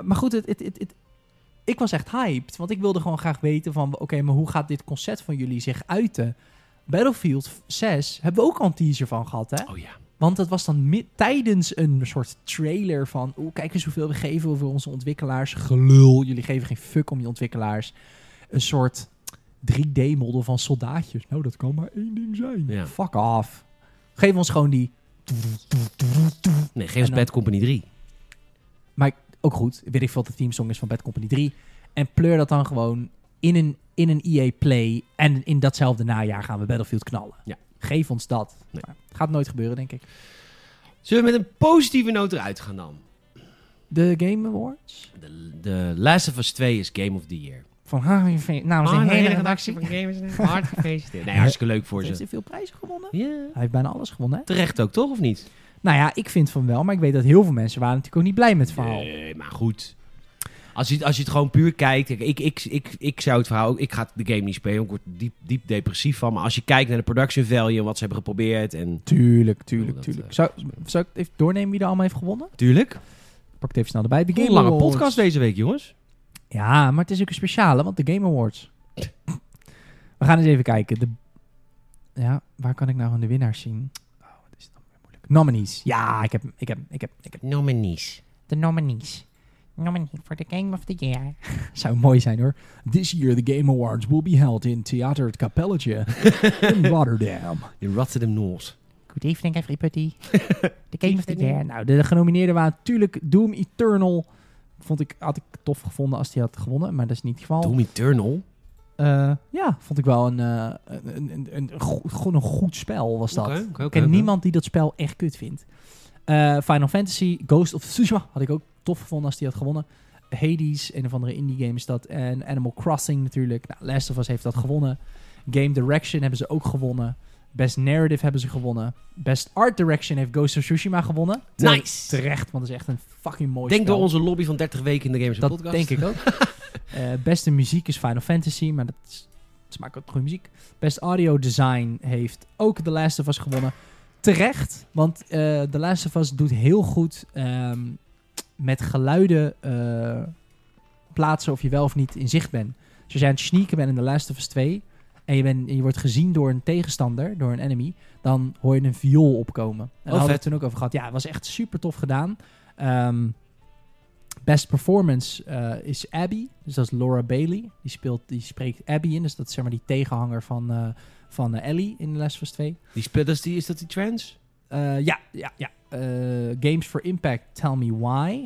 S2: maar goed, het, het, het, het- ik was echt hyped. Want ik wilde gewoon graag weten van... Oké, maar hoe gaat dit concept van jullie zich uiten? Battlefield 6 hebben we ook al een teaser van gehad, hè?
S1: Oh ja.
S2: Want dat was dan mi- tijdens een soort trailer van... Oeh, kijk eens hoeveel we geven over onze ontwikkelaars. Gelul, jullie geven geen fuck om je ontwikkelaars. Een soort 3D-model van soldaatjes. Nou, dat kan maar één ding zijn.
S1: Ja.
S2: Fuck off. Geef ons gewoon die...
S1: Nee, geen als
S2: En dan-
S1: Bad Company 3.
S2: ook goed, weet ik veel wat de teamsong is van Bad Company 3. En pleur dat dan gewoon in een, in een EA Play. En in datzelfde najaar gaan we Battlefield knallen.
S1: Ja.
S2: Geef ons dat.
S1: Nee.
S2: Maar gaat nooit gebeuren, denk ik.
S1: Zullen we met een positieve noot eruit gaan dan?
S2: De Game Awards?
S1: De, de Last of Us 2 is Game of the Year.
S2: Van HVV namens
S1: Ah,
S2: de hele redactie.
S1: van Gamers Hard gefeliciteerd. Nee, hartstikke leuk voor
S2: Heeft
S1: ze.
S2: hij veel prijzen gewonnen?
S1: Ja.
S2: Hij heeft bijna alles gewonnen, hè?
S1: Terecht ook, toch? Of niet?
S2: Nou ja, ik vind van wel, maar ik weet dat heel veel mensen waren natuurlijk ook niet blij met het verhaal.
S1: Nee, maar goed. Als je, als je het gewoon puur kijkt... Ik, ik, ik, ik, ik zou het verhaal ook... Ik ga de game niet spelen. want Ik word er diep, diep depressief van. Maar als je kijkt naar de production value... en wat ze hebben geprobeerd en...
S2: Tuurlijk,
S1: Ik
S2: tuurlijk,
S1: wil dat,
S2: tuurlijk.
S1: eh,
S2: Zou, zou ik even doornemen wie er allemaal heeft gewonnen?
S1: Tuurlijk.
S2: Ik pak het even snel erbij. De Game
S1: Een lange
S2: Awards.
S1: podcast deze week, jongens.
S2: Ja, maar het is ook een speciale, want de Game Awards. We gaan eens even kijken. De... Ja, waar kan ik nou van de winnaars zien? Oh, wat is het dan weer moeilijk. Nominees. Ja, ik heb hem, ik heb hem, ik heb hem, ik heb
S1: Nominees.
S2: De nominees. Nominee for the Game of the Year. Zou mooi zijn hoor. This year the Game Awards will be held in Theater het Kapelletje in Rotterdam.
S1: In Rotterdam North.
S2: Good evening everybody. the Game of the Year. Nou, de genomineerden waren natuurlijk Doom Eternal. Vond ik, had ik tof gevonden als die had gewonnen, maar dat is niet het geval.
S1: Doom Eternal.
S2: Eh, ja, vond ik wel een, eh, een, een, een, een go- gewoon een goed spel was dat.
S1: Oké, oké,
S2: ik
S1: oké,
S2: ken
S1: oké.
S2: niemand die dat spel echt kut vindt. Eh, Final Fantasy, Ghost of Tsushima had ik ook tof gevonden als die had gewonnen. Hades, een of andere indie game is dat. En Animal Crossing natuurlijk. Nou, Last of Us heeft dat gewonnen. Game Direction hebben ze ook gewonnen. Best Narrative hebben ze gewonnen. Best Art Direction heeft Ghost of Tsushima gewonnen. Ter-
S1: Nice.
S2: Terecht, want dat is echt een fucking mooi
S1: Denk
S2: spel.
S1: door onze lobby van 30 weken in de Gamers
S2: Dat
S1: Podcast.
S2: denk ik ook. Eh, beste muziek is Final Fantasy, maar dat is, ze maken ook goede muziek. Best audio design heeft ook The Last of Us gewonnen. Terecht, want eh The Last of Us doet heel goed ehm, met geluiden eh, plaatsen of je wel of niet in zicht bent. Dus als jij aan het sneaken bent in The Last of Us 2 en je, bent en je wordt gezien door een tegenstander, door een enemy, dan hoor je een viool opkomen. En daar hadden we
S1: vet.
S2: het toen ook over gehad. Ja, het was echt super tof gedaan. Ehm, best performance eh, is Abby, dus dat is Laura Bailey. Die, speelt, die spreekt Abby in, dus dat is zeg maar die tegenhanger van, eh, van eh, Ellie in The Last of Us 2.
S1: Die speel- dat is die- is dat die trans?
S2: Eh, ja, ja, ja. Eh, Games for Impact, Tell Me Why.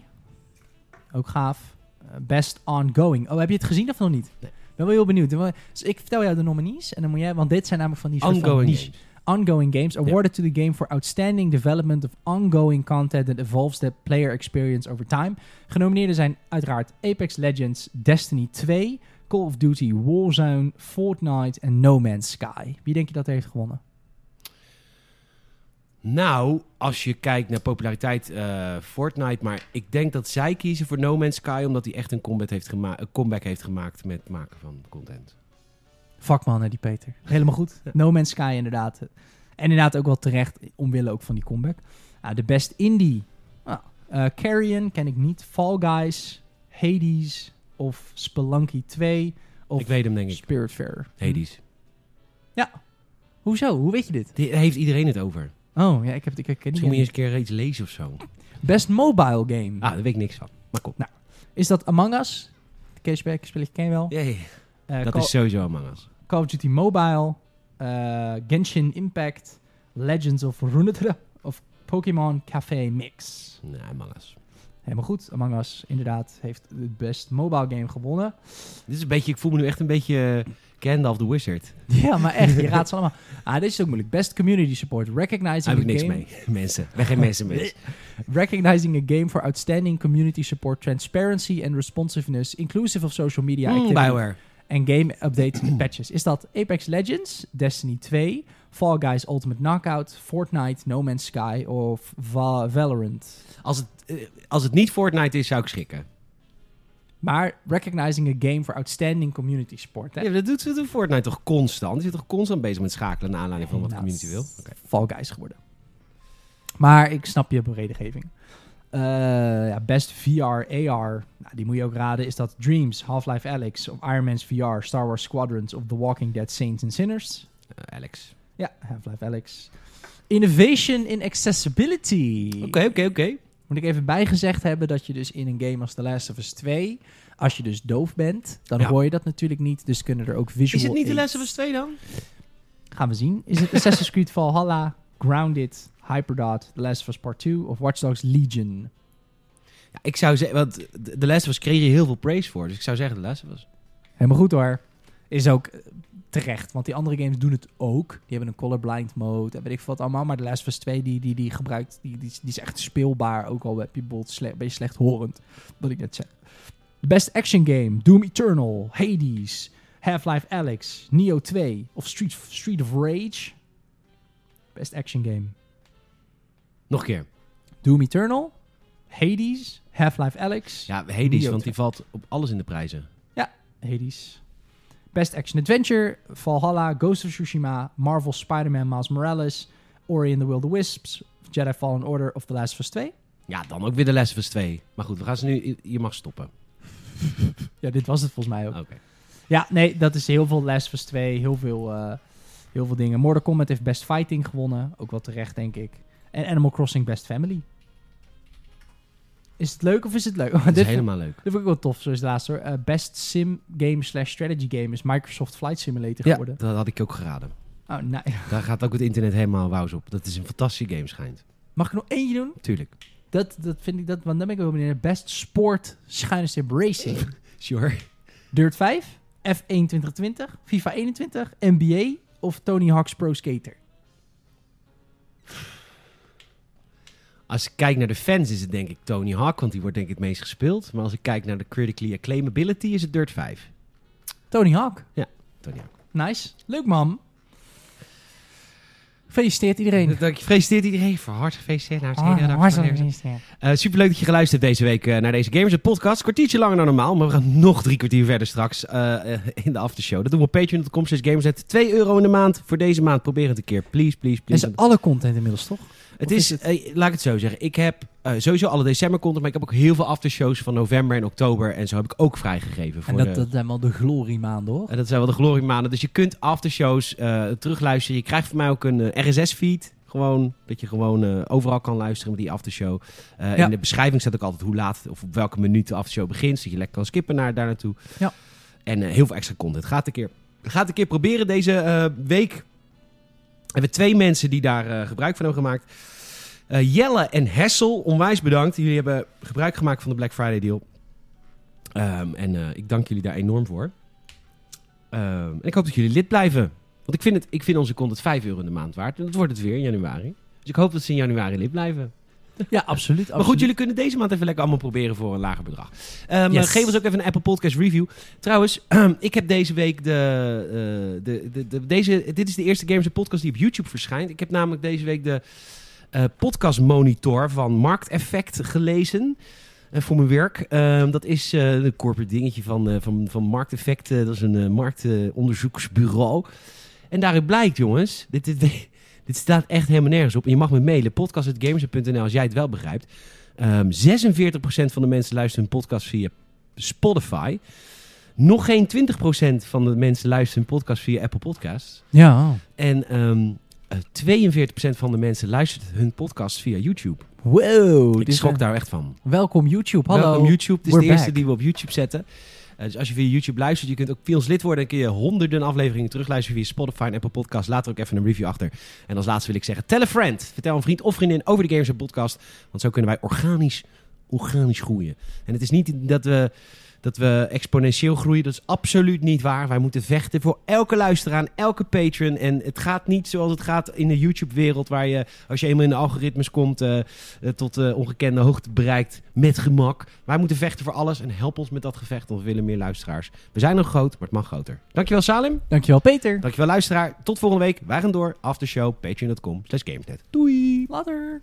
S2: Ook gaaf. Eh, best Ongoing. Oh, heb je het gezien of nog niet?
S1: Nee.
S2: We ben wel heel benieuwd. Dus ik vertel jou de nominees. En dan moet jij, want dit zijn namelijk van die soort van
S1: Ongoing
S2: niche-
S1: games.
S2: ongoing games awarded to the game for outstanding development of ongoing content that evolves the player experience over time. Genomineerden zijn uiteraard Apex Legends, Destiny 2, Call of Duty, Warzone, Fortnite en No Man's Sky. Wie denk je dat heeft gewonnen?
S1: Nou, als je kijkt naar populariteit eh, Fortnite, maar ik denk dat zij kiezen voor No Man's Sky omdat hij echt een, combat heeft gema- een comeback heeft gemaakt met het maken van content.
S2: Vakman, hè, die Peter. Helemaal goed. No Man's Sky, inderdaad. En inderdaad ook wel terecht, omwille ook van die comeback. Ah, de best indie.
S1: Ah.
S2: Nou, eh, Carrion ken ik niet. Fall Guys, Hades of Spelunky 2
S1: ik
S2: of Hm.
S1: weet hem denk ik.
S2: Spiritfarer.
S1: Hades.
S2: Hoezo? Hoe weet je dit?
S1: Daar heeft iedereen het over.
S2: Oh, ja, ik heb het ik, ik ken
S1: Misschien
S2: die
S1: moet je eens
S2: niet. Mm.
S1: een keer iets lezen of zo.
S2: Best mobile game.
S1: Ah, daar weet ik niks van. Maar kom.
S2: Is dat Among Us? Cashback spelletje ken je wel.
S1: Jee,
S2: Eh,
S1: dat
S2: Call,
S1: is sowieso Among Us.
S2: Call of Duty Mobile, eh, Genshin Impact, Legends of Runeterra of Pokémon Café Mix.
S1: Nee, Among Us.
S2: Helemaal goed. Among Us inderdaad heeft het best mobile game gewonnen.
S1: Dit is een beetje, ik voel me nu echt een beetje eh, Gandalf the Wizard.
S2: Ja, maar echt, je raadt ze allemaal. Ah, dit is ook moeilijk. Best community support. Recognizing
S1: Daar heb ik
S2: a
S1: niks
S2: game.
S1: mee. Mensen. Ik ben geen mensen meer.
S2: Recognizing a game for outstanding community support, transparency and responsiveness, inclusive of social media
S1: Mm, Hmm,
S2: activity. en game updates en patches. Is dat Apex Legends, Destiny 2, Fall Guys Ultimate Knockout, Fortnite, No Man's Sky of Va- Valorant?
S1: Als het, eh, als het niet Fortnite is, zou ik schrikken.
S2: Maar recognizing a game for outstanding community support. Hè?
S1: Ja, dat doet, dat doet Fortnite toch constant? Die zit toch constant bezig met schakelen naar aanleiding van wat de
S2: Nou,
S1: community wil?
S2: het is Fall Guys geworden. Maar ik snap je beredeniging. Eh, ja, best VR, AR. Nou, die moet je ook raden. Is dat Dreams, Half-Life Alyx of Iron Man's VR, Star Wars Squadrons of The Walking Dead Saints and Sinners?
S1: Eh, Alex.
S2: Ja, Half-Life Alyx. Innovation in accessibility.
S1: Oké, oké, oké.
S2: Moet ik even bijgezegd hebben dat je dus in een game als The Last of Us 2, als je dus doof bent, dan
S1: Ja.
S2: hoor je dat natuurlijk niet. Dus kunnen er ook visual
S1: Is het niet de
S2: aids-
S1: les van 2 dan?
S2: Gaan we zien. Is het Assassin's Creed Valhalla, Grounded, Hyperdot, The Last of Us Part 2 of Watch Dogs Legion?
S1: Ja, ik zou zeggen, want de de les was kreeg je heel veel praise voor. Dus ik zou zeggen de les was.
S2: Helemaal goed hoor. Is ook eh, terecht, want die andere games doen het ook. Die hebben een colorblind mode en weet ik veel wat allemaal. Maar The Last of Us 2, die, die, die gebruikt, die, die, is- die is echt speelbaar. Ook al heb je bot slecht, ben je slecht horend, wat ik net zeg. De best action game, Doom Eternal, Hades, Half-Life Alyx, Neo 2 of Street, Street of Rage. Best action game,
S1: Nog een keer.
S2: Doom Eternal, Hades, Half-Life Alyx.
S1: Ja,
S2: Neo
S1: Hades, want
S2: twee.
S1: die valt op alles in de prijzen.
S2: Hades. Best Action Adventure, Valhalla, Ghost of Tsushima, Marvel Spider-Man Miles Morales, Ori and the Will of the Wisps, Jedi Fallen Order of The Last of Us 2.
S1: Ja, dan ook weer de les van 2. Maar goed, we gaan ze nu. Je mag stoppen.
S2: Ja, dit was het volgens mij ook.
S1: Oké.
S2: Ja, nee, dat is heel veel Last of Us 2, heel veel, eh, heel veel dingen. Mortal Kombat heeft Best Fighting gewonnen, ook wel terecht denk ik. En Animal Crossing Best Family. Is het leuk of is het leuk?
S1: Dat
S2: dit,
S1: is helemaal leuk.
S2: dit vond ik wel tof, zoals laatst hoor. Eh, best Sim Game slash Strategy Game is Microsoft Flight Simulator
S1: Ja,
S2: geworden.
S1: dat had ik ook geraden.
S2: Oh, nou,
S1: Daar gaat ook het internet helemaal wauws op. Dat is een fantastische game schijnt.
S2: mag ik er nog eentje doen?
S1: Tuurlijk.
S2: Dat, dat vind ik, dat, want dan ben ik wel benieuwd. Best Sport Schuinestip Racing.
S1: Sure.
S2: Dirt 5, F1 2020, FIFA 21, NBA of Tony Hawk's Pro Skater.
S1: Als ik kijk naar de fans is het denk ik Tony Hawk, want die wordt denk ik het meest gespeeld. Maar als ik kijk naar de critically acclaimability is het Dirt 5.
S2: Tony Hawk.
S1: Tony Hawk.
S2: Nice. Leuk, man. Gefeliciteerd iedereen.
S1: Dank je. Feliciteert iedereen voor hard gefeliciteerd. Nou, het hele dag.
S2: Oh, gefeliciteerd.
S1: Eh, superleuk dat je geluisterd hebt deze week eh, naar deze Gamers Podcast. Kwartiertje langer dan normaal, maar we gaan nog drie kwartier verder straks eh, eh, in de aftershow. Dat doen we op patreon.com slash gamerzet. 2 euro in de maand voor deze maand. Probeer het een keer. Please, please,
S2: Is
S1: please.
S2: alle content inmiddels, toch?
S1: Het
S2: Of
S1: is, eh, laat ik het zo zeggen. Ik heb eh, sowieso alle december content, maar ik heb ook heel veel aftershows van november en oktober. En zo heb ik ook vrijgegeven. Voor eh,
S2: En dat,
S1: de-
S2: dat zijn wel de gloriemaanden, hoor.
S1: en dat zijn wel de gloriemaanden. Dus je kunt aftershows eh terugluisteren. Je krijgt van mij ook een eh, RSS-feed. Gewoon, dat je gewoon eh, overal kan luisteren met die aftershow. Eh,
S2: Ja.
S1: In de beschrijving staat ook altijd hoe laat of op welke minuut de aftershow begint. Zodat je lekker kan skippen naar daar naartoe.
S2: Ja.
S1: En eh, heel veel extra content. Gaat een keer, gaat een keer proberen deze eh, week. Hebben we twee mensen die daar eh, gebruik van hebben gemaakt. Eh, Jelle en Hessel, onwijs bedankt. Jullie hebben gebruik gemaakt van de Black Friday deal. Ehm, en eh, ik dank jullie daar enorm voor. Ehm, en ik hoop dat jullie lid blijven. Want ik vind, het, ik vind onze content 5 euro in de maand waard. En dat wordt het weer in januari. Dus ik hoop dat ze in januari lid blijven.
S2: Ja, absoluut.
S1: Maar goed, jullie kunnen deze maand even lekker allemaal proberen voor een lager bedrag. Ehm,
S2: Yes.
S1: eh, Geef ons ook even een Apple Podcast review. Trouwens, ik heb deze week de, eh, de, de, de- deze, dit is de eerste Games en Podcast die op YouTube verschijnt. Ik heb namelijk deze week de eh, podcast monitor van Markt Effect gelezen. eh, voor mijn werk. Ehm, dat is eh, een corporate dingetje van, eh, van, van Markt Effect. Eh, dat is een marktonderzoeksbureau. en daaruit blijkt, jongens, dit, dit, dit staat echt helemaal nergens op. En je mag me mailen, podcast.gamers.nl, als jij het wel begrijpt. Ehm 46% van de mensen luisteren hun podcast via Spotify. Nog geen 20% van de mensen luisteren hun podcast via Apple Podcasts.
S2: Ja.
S1: En ehm, eh, 42% van de mensen luistert hun podcast via YouTube.
S2: Wow. dit
S1: Ik
S2: is
S1: schrok
S2: een-
S1: daar echt van.
S2: Welkom YouTube. Hallo.
S1: Welkom YouTube. Dit is
S2: We're
S1: de eerste
S2: back.
S1: die we op YouTube zetten. Eh, dus als je via YouTube luistert, je kunt ook via ons lid worden. Dan kun je honderden afleveringen terugluisteren via Spotify en Apple Podcasts. Laat er ook even een review achter. En als laatste wil ik zeggen, tell a friend. Vertel een vriend of vriendin over de Games en Podcast. Want zo kunnen wij organisch, organisch groeien. En het is niet dat we, dat we exponentieel groeien. Dat is absoluut niet waar. Wij moeten vechten voor elke luisteraar, en elke patron. En het gaat niet zoals het gaat in de YouTube-wereld... waar je, als je eenmaal in de algoritmes komt... eh, eh, tot eh, ongekende hoogte bereikt met gemak. Wij moeten vechten voor alles en help ons met dat gevecht, want we willen meer luisteraars. We zijn nog groot, maar het mag groter. Dankjewel Salim,
S2: Dankjewel Peter.
S1: dankjewel luisteraar. Tot volgende week. Wij gaan door. Aftershow, patreon.com slash gamesnet. Doei!
S2: Later.